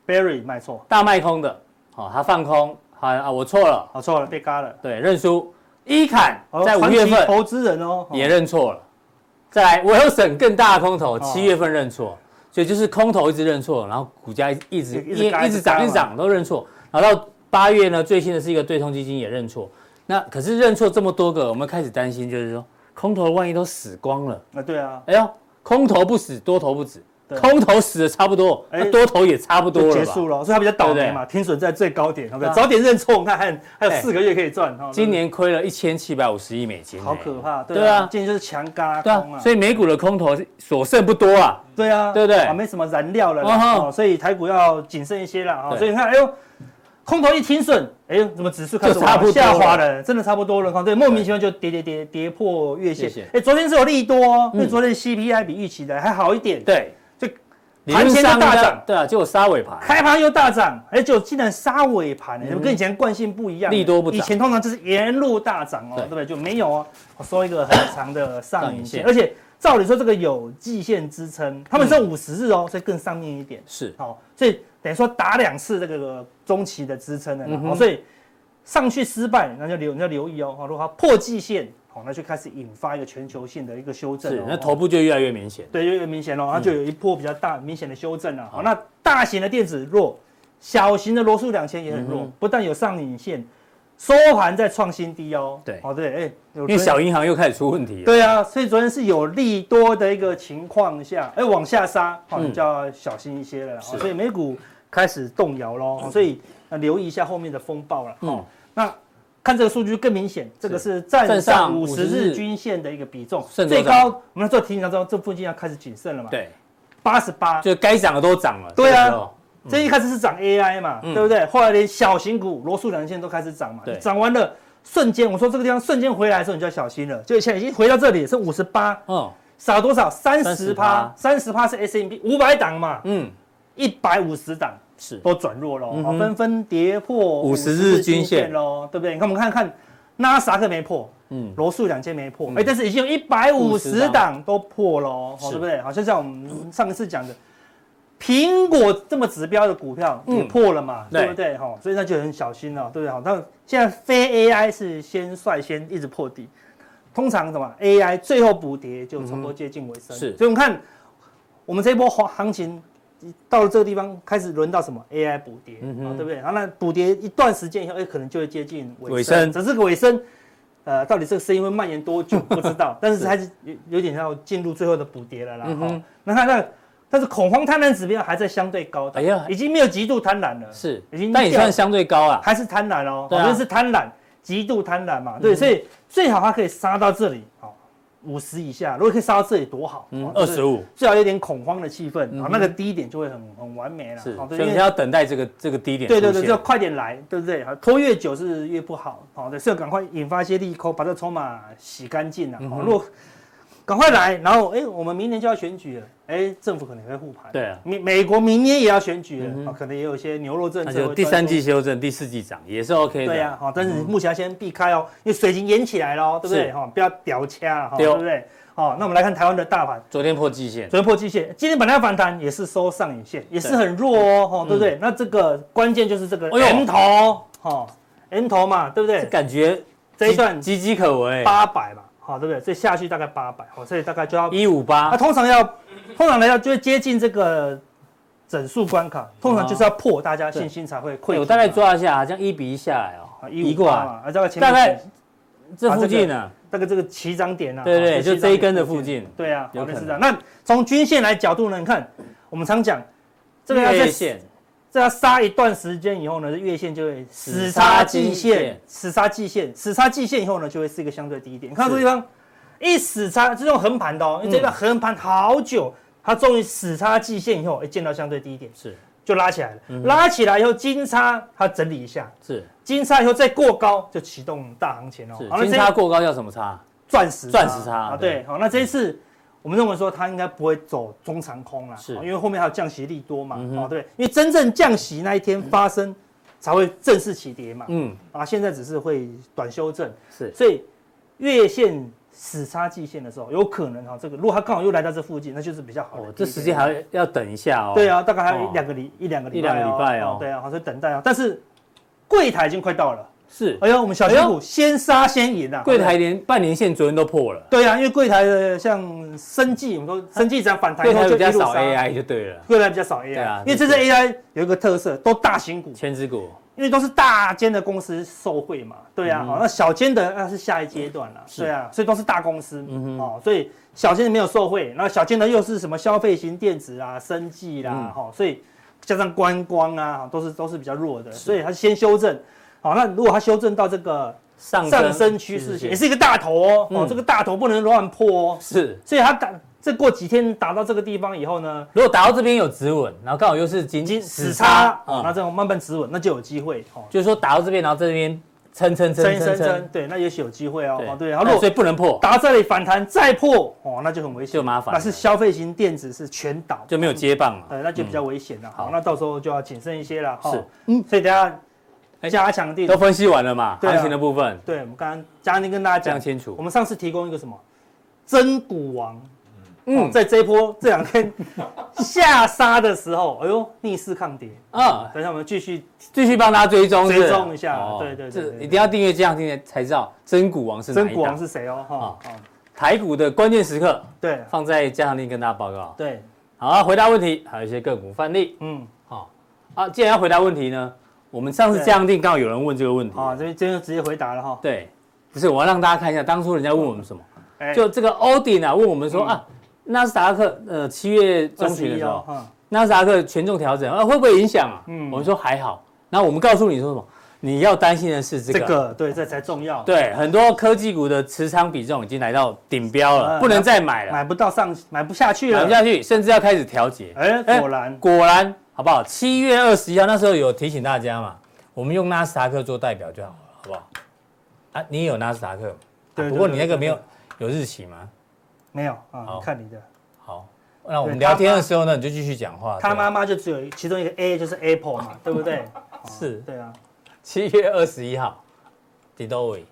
[SPEAKER 1] ，Barry 卖错，
[SPEAKER 2] 大卖空的，好，他放空，好啊，我错了，
[SPEAKER 1] 好哦错了，被嘎了。
[SPEAKER 2] 对，认输。伊坎
[SPEAKER 1] 哦
[SPEAKER 2] 在五
[SPEAKER 1] 传奇
[SPEAKER 2] 月份
[SPEAKER 1] 投资人哦，哦
[SPEAKER 2] 也认错了。再来，我有省更大的空头，
[SPEAKER 1] 哦
[SPEAKER 2] 七月份认错，所以就是空头一直认错，然后股价一直
[SPEAKER 1] 哦一直
[SPEAKER 2] 一直
[SPEAKER 1] 嘎
[SPEAKER 2] 一直涨
[SPEAKER 1] 一
[SPEAKER 2] 一
[SPEAKER 1] 直嘎
[SPEAKER 2] 直涨都认错，然后到八月呢，最新的是一个对冲基金也认错。那可是认错这么多个，我们开始担心，就是说空头万一都死光了，
[SPEAKER 1] 啊，对啊，
[SPEAKER 2] 哎呦，空头不死，多头不止，
[SPEAKER 1] 对
[SPEAKER 2] 空头死的差不多，
[SPEAKER 1] 哎
[SPEAKER 2] 那多头也差不多
[SPEAKER 1] 就
[SPEAKER 2] 了
[SPEAKER 1] 结
[SPEAKER 2] 吧
[SPEAKER 1] 束了，所以他比较倒霉嘛，停损在最高点，好不好？早点认错，我看还还有
[SPEAKER 2] 啊哎
[SPEAKER 1] 四个月可以赚。哦
[SPEAKER 2] 今年亏了一千七百五十亿美金，
[SPEAKER 1] 好
[SPEAKER 2] 哎
[SPEAKER 1] 可怕，
[SPEAKER 2] 对啊
[SPEAKER 1] 今年就是强嘎
[SPEAKER 2] 对
[SPEAKER 1] 空啊，
[SPEAKER 2] 啊，所以美股的空头所剩不多啊，
[SPEAKER 1] 对啊，
[SPEAKER 2] 对不对
[SPEAKER 1] 啊，没什么燃料了啦
[SPEAKER 2] 嗯哼
[SPEAKER 1] 哦，所以台股要谨慎一些啦啊。
[SPEAKER 2] 对
[SPEAKER 1] 所以你看，哎呦，空头一停损，哎呦，怎么指数开始
[SPEAKER 2] 就差不
[SPEAKER 1] 往
[SPEAKER 2] 多了
[SPEAKER 1] 下滑了？真的差不多了，哦看对，莫名其妙就跌跌跌跌破月
[SPEAKER 2] 月
[SPEAKER 1] 线
[SPEAKER 2] 线。
[SPEAKER 1] 哎，昨天是有利多哦，因为
[SPEAKER 2] 嗯
[SPEAKER 1] 昨天 CPI 比预期的还好一点，
[SPEAKER 2] 对，
[SPEAKER 1] 就
[SPEAKER 2] 盘
[SPEAKER 1] 盘前
[SPEAKER 2] 前的
[SPEAKER 1] 就
[SPEAKER 2] 大
[SPEAKER 1] 大
[SPEAKER 2] 涨
[SPEAKER 1] 涨，
[SPEAKER 2] 对啊，结果杀尾盘，
[SPEAKER 1] 开盘又大涨，哎，就竟然杀尾盘，哎怎么跟以前惯性不一样？
[SPEAKER 2] 嗯利多不涨
[SPEAKER 1] 以前通常就是沿路大涨哦，
[SPEAKER 2] 对
[SPEAKER 1] 对不对？就没有哦，我收一个很长的上
[SPEAKER 2] 上影
[SPEAKER 1] 影
[SPEAKER 2] 线
[SPEAKER 1] 线，而且照理说这个有季线支撑，他们是五十日哦，所以更上面一点。
[SPEAKER 2] 是
[SPEAKER 1] 好、所以等于说打两次这个中期的支撑了啦、
[SPEAKER 2] 嗯哼
[SPEAKER 1] 好所以上去失败，那就留你要留意哦。好，如果它破季线，好，那就开始引发一个全球性的一个修正、
[SPEAKER 2] 是
[SPEAKER 1] 哦。，
[SPEAKER 2] 那嗯头部就越来越明显。
[SPEAKER 1] 对，就越明显哦了，它就有一波比较大明显的修正了、好，哦那大型的电子弱，小型的罗素两千也很弱，
[SPEAKER 2] 嗯哼
[SPEAKER 1] 不但有上影线，收盘在创新低哦。
[SPEAKER 2] 对
[SPEAKER 1] 哦对，哎、有
[SPEAKER 2] 因为小银行又开始出问题了。
[SPEAKER 1] 对啊，所以昨天是有利多的一个情况下，哎、往下杀，好、
[SPEAKER 2] 嗯
[SPEAKER 1] 你就要小心一些了啦。哦所以美股开始动摇喽、哦所以要留意一下后面的风暴了。
[SPEAKER 2] 嗯，
[SPEAKER 1] 那看这个数据更明显，这个是站
[SPEAKER 2] 站
[SPEAKER 1] 上
[SPEAKER 2] 上
[SPEAKER 1] 五十
[SPEAKER 2] 50
[SPEAKER 1] 日
[SPEAKER 2] 日
[SPEAKER 1] 均线的一个比重，
[SPEAKER 2] 剩多
[SPEAKER 1] 最
[SPEAKER 2] 少
[SPEAKER 1] 高。我们那时候提醒大家，这附近要开始谨慎了嘛。，
[SPEAKER 2] 对，
[SPEAKER 1] 八十八。
[SPEAKER 2] 就该涨的都涨了。
[SPEAKER 1] 对啊
[SPEAKER 2] 这个时候，
[SPEAKER 1] 这一开始是涨 AI 嘛，
[SPEAKER 2] 嗯
[SPEAKER 1] 对不对？后来连小型股罗素两线都开始涨嘛
[SPEAKER 2] 对，
[SPEAKER 1] 涨完了瞬间，我说这个地方瞬间回来的时候，你就要小心了。就现在已经回到这里是五十八，
[SPEAKER 2] 嗯
[SPEAKER 1] 少多少？三十趴
[SPEAKER 2] 30%，
[SPEAKER 1] 三十趴是 S M P 五百档嘛，
[SPEAKER 2] 嗯，
[SPEAKER 1] 一百五十档
[SPEAKER 2] 是
[SPEAKER 1] 都转弱喽，
[SPEAKER 2] 嗯
[SPEAKER 1] 哦
[SPEAKER 2] 哼
[SPEAKER 1] 纷纷跌破
[SPEAKER 2] 50日均线
[SPEAKER 1] 喽，对不对？你看我们看看纳斯达克没破，
[SPEAKER 2] 嗯
[SPEAKER 1] 罗素两千没破，
[SPEAKER 2] 嗯
[SPEAKER 1] 哎，但是已经有一百五十
[SPEAKER 2] 50
[SPEAKER 1] 档都破了哦，
[SPEAKER 2] 是
[SPEAKER 1] 对不对？好像像我们上一次讲的，苹果这么指标的股票
[SPEAKER 2] 嗯
[SPEAKER 1] 也破了嘛，
[SPEAKER 2] 对
[SPEAKER 1] 对不对？哈，所以那就很小心了，对不对？好，那现在非 AI 是先率先一直破底，通常什么 AI 最后补跌就差不多接近尾声，
[SPEAKER 2] 嗯是
[SPEAKER 1] 所以我们看我们这一波行行情。到了这个地方，开始轮到什么 AI 补跌，
[SPEAKER 2] 嗯哼
[SPEAKER 1] 啊对不对？然后那补跌一段时间以后，哎，可能就会接近尾
[SPEAKER 2] 尾
[SPEAKER 1] 声。
[SPEAKER 2] 声
[SPEAKER 1] 只是个尾声，呃，到底这个声音会蔓延多久不知 道，但是还是有有点要进入最后的补跌了啦。
[SPEAKER 2] 嗯
[SPEAKER 1] 哈、
[SPEAKER 2] 哼
[SPEAKER 1] 那看那但是恐慌贪婪指标还在相对高的，
[SPEAKER 2] 哎呀
[SPEAKER 1] 已经没有极度贪婪了，
[SPEAKER 2] 是
[SPEAKER 1] 已经，
[SPEAKER 2] 但也
[SPEAKER 1] 掉
[SPEAKER 2] 算相对高啊。
[SPEAKER 1] 还是贪婪哦，
[SPEAKER 2] 对啊嗯
[SPEAKER 1] 好像是贪婪，极度贪婪嘛，对，所以最好它可以杀到这里，好、五十以下，如果可以杀到这里多好，
[SPEAKER 2] 嗯
[SPEAKER 1] 哦，
[SPEAKER 2] 二十，五。
[SPEAKER 1] 就是最好有点恐慌的气氛，
[SPEAKER 2] 嗯
[SPEAKER 1] 啊、
[SPEAKER 2] 哼
[SPEAKER 1] 那个低点就会很很完美了，
[SPEAKER 2] 是，
[SPEAKER 1] 好对
[SPEAKER 2] 所以我
[SPEAKER 1] 因
[SPEAKER 2] 们
[SPEAKER 1] 为
[SPEAKER 2] 要等待这个这个低点出
[SPEAKER 1] 对
[SPEAKER 2] 现。
[SPEAKER 1] 对对，就快点来，对不对？好啊拖越久是越不好，好、的，所以赶快引发一些利空，把这个筹码洗干净了。好、
[SPEAKER 2] 嗯哼
[SPEAKER 1] 如果赶快来，然后哎，我们明年就要选举了，哎，政府可能也会护盘。
[SPEAKER 2] 对啊
[SPEAKER 1] 美美国明年也要选举了，啊
[SPEAKER 2] 嗯哼
[SPEAKER 1] 好可能也有一些牛肉政
[SPEAKER 2] 那
[SPEAKER 1] 策
[SPEAKER 2] 就
[SPEAKER 1] 会
[SPEAKER 2] 第三
[SPEAKER 1] 端
[SPEAKER 2] 季
[SPEAKER 1] 出。
[SPEAKER 2] 修正，第四季涨也是 OK 的。
[SPEAKER 1] 对啊呀、好、但是你目前要先避开哦，因为水已经淹起来了哦，对不对？
[SPEAKER 2] 嗯是
[SPEAKER 1] 哈、不要屌掐了，哈、
[SPEAKER 2] 对哦
[SPEAKER 1] 对不对？好、那我们来看台湾的大盘，
[SPEAKER 2] 昨天破季线，
[SPEAKER 1] 昨天破季线，今天本来要反弹也是收上影线，也是很弱哦，吼，对不对？那这个关键就是这个
[SPEAKER 2] 嗯哎呦
[SPEAKER 1] M 头，哈，M 头嘛，对不
[SPEAKER 2] 这
[SPEAKER 1] 对？
[SPEAKER 2] 感觉
[SPEAKER 1] 这一段
[SPEAKER 2] 岌岌可危，
[SPEAKER 1] 八百嘛，好，对不对？所以下去大概八百，好，所以大概就要，
[SPEAKER 2] 一五
[SPEAKER 1] 那
[SPEAKER 2] 八，
[SPEAKER 1] 通常要，通常呢要就会接近这个整数关卡，通常就是要破大家信心才会溃堤嘛。
[SPEAKER 2] 哎我大概抓一下，这样一比一下来哦，
[SPEAKER 1] 一
[SPEAKER 2] 过
[SPEAKER 1] 过
[SPEAKER 2] 来，
[SPEAKER 1] 啊，啊大概前
[SPEAKER 2] 大概
[SPEAKER 1] 面
[SPEAKER 2] 这附近呢，
[SPEAKER 1] 大啊概这个起涨点啊，
[SPEAKER 2] 对对
[SPEAKER 1] 好
[SPEAKER 2] 就这一根的附
[SPEAKER 1] 起涨点
[SPEAKER 2] 近
[SPEAKER 1] 对啊，有
[SPEAKER 2] 有
[SPEAKER 1] 可
[SPEAKER 2] 可
[SPEAKER 1] 能
[SPEAKER 2] 能
[SPEAKER 1] 是这样。那从均线来角度呢，你看我们常讲。这个要在
[SPEAKER 2] 月线
[SPEAKER 1] 这要杀一段时间以后呢，月线就会死
[SPEAKER 2] 死
[SPEAKER 1] 杀
[SPEAKER 2] 杀
[SPEAKER 1] 季
[SPEAKER 2] 季
[SPEAKER 1] 线
[SPEAKER 2] 线，
[SPEAKER 1] 死杀季线，死杀季线以后呢，就会是一个相对低点。你看这
[SPEAKER 2] 是
[SPEAKER 1] 地方一死杀，这种横盘的哦，因为这段横盘好久，它终于死杀季线以后，哎，见到相对低点
[SPEAKER 2] 是
[SPEAKER 1] 就拉起来了。
[SPEAKER 2] 嗯
[SPEAKER 1] 拉起来以后，金叉它整理一下，
[SPEAKER 2] 是
[SPEAKER 1] 金叉以后再过高就启动大行情哦。
[SPEAKER 2] 是，
[SPEAKER 1] 那
[SPEAKER 2] 金
[SPEAKER 1] 这一
[SPEAKER 2] 叉过高叫什么叉？
[SPEAKER 1] 钻石
[SPEAKER 2] 钻石差
[SPEAKER 1] 啊，
[SPEAKER 2] 对
[SPEAKER 1] 对，好，那这一次我们认为说它应该不会走中长空啦，
[SPEAKER 2] 是
[SPEAKER 1] 因为后面还有降息利多嘛，
[SPEAKER 2] 嗯哼
[SPEAKER 1] 哦对，因为真正降息那一天发生才会正式起跌嘛，
[SPEAKER 2] 嗯，
[SPEAKER 1] 啊现在只是会短修正，
[SPEAKER 2] 是
[SPEAKER 1] 所以月线死叉季线的时候，有可能哈这个如果它刚好又来到这附近，那就是比较好的低
[SPEAKER 2] 哦
[SPEAKER 1] 点，
[SPEAKER 2] 这时间还要要等一下哦。
[SPEAKER 1] 对，啊，大概还有
[SPEAKER 2] 哦
[SPEAKER 1] 一两个礼一两个礼
[SPEAKER 2] 一两
[SPEAKER 1] 拜
[SPEAKER 2] 个礼拜哦
[SPEAKER 1] 对啊，好所以等待啊，但是柜台已经快到了，
[SPEAKER 2] 是
[SPEAKER 1] 哎呦，我们小新股先杀先赢啊，
[SPEAKER 2] 柜台连半年线昨天都破了，
[SPEAKER 1] 对啊，因为柜台的像生技，我们说生技只要反弹
[SPEAKER 2] 柜
[SPEAKER 1] 以后
[SPEAKER 2] 台
[SPEAKER 1] 就
[SPEAKER 2] 比
[SPEAKER 1] 一路
[SPEAKER 2] 较少
[SPEAKER 1] 杀
[SPEAKER 2] AI 就对了，
[SPEAKER 1] 柜台比较少 AI，、
[SPEAKER 2] 对啊
[SPEAKER 1] 因为这次
[SPEAKER 2] 没
[SPEAKER 1] AI 有一个特色，都大型股，
[SPEAKER 2] 千只股
[SPEAKER 1] 因为都是大间的公司受惠嘛，对啊，
[SPEAKER 2] 嗯
[SPEAKER 1] 好、那小间的那是下一阶段了，
[SPEAKER 2] 是
[SPEAKER 1] 对啊，所以都是大公司，
[SPEAKER 2] 嗯哼
[SPEAKER 1] 哦，所以小间的没有受惠，然后小间的又是什么消费型电子啊、生技啦、
[SPEAKER 2] 嗯
[SPEAKER 1] 哈、所以加上观光啊，都是都是比较弱的，所以它先修正，好、那如果它修正到这个
[SPEAKER 2] 上
[SPEAKER 1] 上升趋势线，也是一个大头哦，哦，
[SPEAKER 2] 嗯
[SPEAKER 1] 这个大头不能乱破哦，
[SPEAKER 2] 是。
[SPEAKER 1] 所以它打这过几天打到这个地方以后呢，
[SPEAKER 2] 如果打到这边有止稳，然后刚好又是紧
[SPEAKER 1] 已经
[SPEAKER 2] 紧
[SPEAKER 1] 死叉，哦那
[SPEAKER 2] 啊，
[SPEAKER 1] 这种慢慢止稳，那就有机会哦。
[SPEAKER 2] 就是说打到这边，然后这边撑撑撑
[SPEAKER 1] 升
[SPEAKER 2] 撑
[SPEAKER 1] 升
[SPEAKER 2] 撑
[SPEAKER 1] 升，，对，那也许有机会哦。哦对，然
[SPEAKER 2] 那
[SPEAKER 1] 后如
[SPEAKER 2] 哎所
[SPEAKER 1] 果
[SPEAKER 2] 以不能破，
[SPEAKER 1] 打到这里反弹再破哦，那就很危险，
[SPEAKER 2] 就麻烦了
[SPEAKER 1] 那是消费型电子是全倒，
[SPEAKER 2] 就没有接棒
[SPEAKER 1] 呃，
[SPEAKER 2] 了。
[SPEAKER 1] 那就比较危险了。好
[SPEAKER 2] 好，
[SPEAKER 1] 那到时候就要谨慎一些了。哈
[SPEAKER 2] 是，
[SPEAKER 1] 嗯，所以等下
[SPEAKER 2] 哎
[SPEAKER 1] 加强定
[SPEAKER 2] 都，分析完了嘛，
[SPEAKER 1] 对啊
[SPEAKER 2] 行情的部分
[SPEAKER 1] 对我们刚刚加强定跟大
[SPEAKER 2] 这
[SPEAKER 1] 家
[SPEAKER 2] 样
[SPEAKER 1] 讲，
[SPEAKER 2] 清
[SPEAKER 1] 我
[SPEAKER 2] 楚。
[SPEAKER 1] 们上次提供一个什么真股王，嗯，在这一波这两天 下杀的时候，哎呦，逆势抗跌。
[SPEAKER 2] 嗯，
[SPEAKER 1] 等一下我们继续，
[SPEAKER 2] 继续帮大家追踪，
[SPEAKER 1] 追
[SPEAKER 2] 是
[SPEAKER 1] 踪一下对对对对
[SPEAKER 2] 这
[SPEAKER 1] 对
[SPEAKER 2] 一定要订阅这样听才知道真股王是哪一
[SPEAKER 1] 真
[SPEAKER 2] 档
[SPEAKER 1] 股王是谁哦？哈，哦
[SPEAKER 2] 台股的关键时刻，
[SPEAKER 1] 对
[SPEAKER 2] 放在加强力跟大家报告。
[SPEAKER 1] 对，
[SPEAKER 2] 好，回答问题，还有一些个股范例。
[SPEAKER 1] 嗯，
[SPEAKER 2] 好、啊，既然要回答问题呢，我们上次
[SPEAKER 1] 对
[SPEAKER 2] 加强力刚好有人问这个问题，
[SPEAKER 1] 好，这边这边就直接回答了哈。
[SPEAKER 2] 对，不是我要让大家看一下当初人家问我们什么，
[SPEAKER 1] 哎
[SPEAKER 2] 就这个 Odin 啊问我们说、啊，纳斯达克呃七月中旬的
[SPEAKER 1] 21
[SPEAKER 2] 时
[SPEAKER 1] 哦
[SPEAKER 2] 候，，
[SPEAKER 1] 嗯
[SPEAKER 2] 纳斯达克权重调整啊会不会影响啊？
[SPEAKER 1] 嗯
[SPEAKER 2] 我们说还好，然后我们告诉你说什么，你要担心的是这
[SPEAKER 1] 这
[SPEAKER 2] 个。
[SPEAKER 1] 个对，这才重要。
[SPEAKER 2] 对，很多科技股的持仓比重已经来到顶标了，
[SPEAKER 1] 嗯
[SPEAKER 2] 不能再买了，
[SPEAKER 1] 买不到上，买不下去
[SPEAKER 2] 买
[SPEAKER 1] 了
[SPEAKER 2] 不。下去，甚至要开始调节。
[SPEAKER 1] 哎，
[SPEAKER 2] 哎
[SPEAKER 1] 果然，
[SPEAKER 2] 果然，好不好？七月二十一号那时候有提醒大家嘛，我们用纳斯达克做代表就好了，好不好？啊，你也有纳斯达克嘛，
[SPEAKER 1] 对对
[SPEAKER 2] 啊不过你那个没有
[SPEAKER 1] 对
[SPEAKER 2] 有日期吗？
[SPEAKER 1] 没有啊
[SPEAKER 2] 好？
[SPEAKER 1] 看你的，
[SPEAKER 2] 好，那我们
[SPEAKER 1] 对
[SPEAKER 2] 聊
[SPEAKER 1] 他
[SPEAKER 2] 天
[SPEAKER 1] 妈
[SPEAKER 2] 的时候呢，你就继续讲话。
[SPEAKER 1] 他
[SPEAKER 2] 对啊
[SPEAKER 1] 妈妈就只有其中一个 A 就是 Apple 嘛，对不 对？
[SPEAKER 2] 是
[SPEAKER 1] 对啊，
[SPEAKER 2] 七月二十一号，迪多维，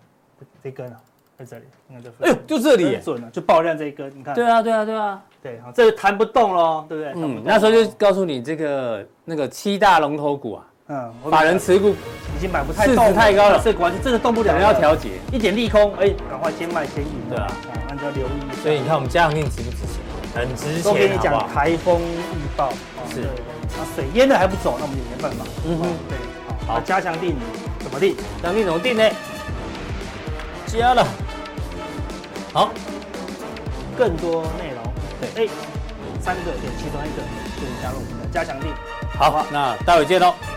[SPEAKER 1] 这一根啊，在这里，应该就
[SPEAKER 2] E 哎呦，就这里
[SPEAKER 1] 很
[SPEAKER 2] 耶。
[SPEAKER 1] 准了，就爆量这一根，你看，
[SPEAKER 2] 对啊，对啊，对啊。
[SPEAKER 1] 对，好，这个弹不动喽，对不对？弹不
[SPEAKER 2] 嗯，
[SPEAKER 1] 动
[SPEAKER 2] 那时候就告诉你这个那个七大龙头股啊，
[SPEAKER 1] 嗯，我
[SPEAKER 2] 法人持股
[SPEAKER 1] 已经买不太
[SPEAKER 2] 市值
[SPEAKER 1] 动了，
[SPEAKER 2] 太高了
[SPEAKER 1] 这果然就真的动不
[SPEAKER 2] 可
[SPEAKER 1] 了
[SPEAKER 2] 能
[SPEAKER 1] 了，
[SPEAKER 2] 要调节。
[SPEAKER 1] 一点利空，哎，赶快先卖先赢，哦
[SPEAKER 2] 对啊，
[SPEAKER 1] 那就要留意一下。
[SPEAKER 2] 所以你看我们加强定值不值钱？很值
[SPEAKER 1] 都跟
[SPEAKER 2] 钱，
[SPEAKER 1] 你
[SPEAKER 2] 好不
[SPEAKER 1] 讲
[SPEAKER 2] 好？
[SPEAKER 1] 台风预报，哦
[SPEAKER 2] 是
[SPEAKER 1] 对啊，水淹了还不走，那我们也没办法。
[SPEAKER 2] 嗯
[SPEAKER 1] 嗯
[SPEAKER 2] 哼
[SPEAKER 1] 哼，对，
[SPEAKER 2] 好
[SPEAKER 1] 好，那加强定怎么定？
[SPEAKER 2] 当定怎么定呢？加了，好，
[SPEAKER 1] 更多内容，对，哎，三个有其中一个就是加入我们的加强定。
[SPEAKER 2] 啊好，那待会见喽，拜。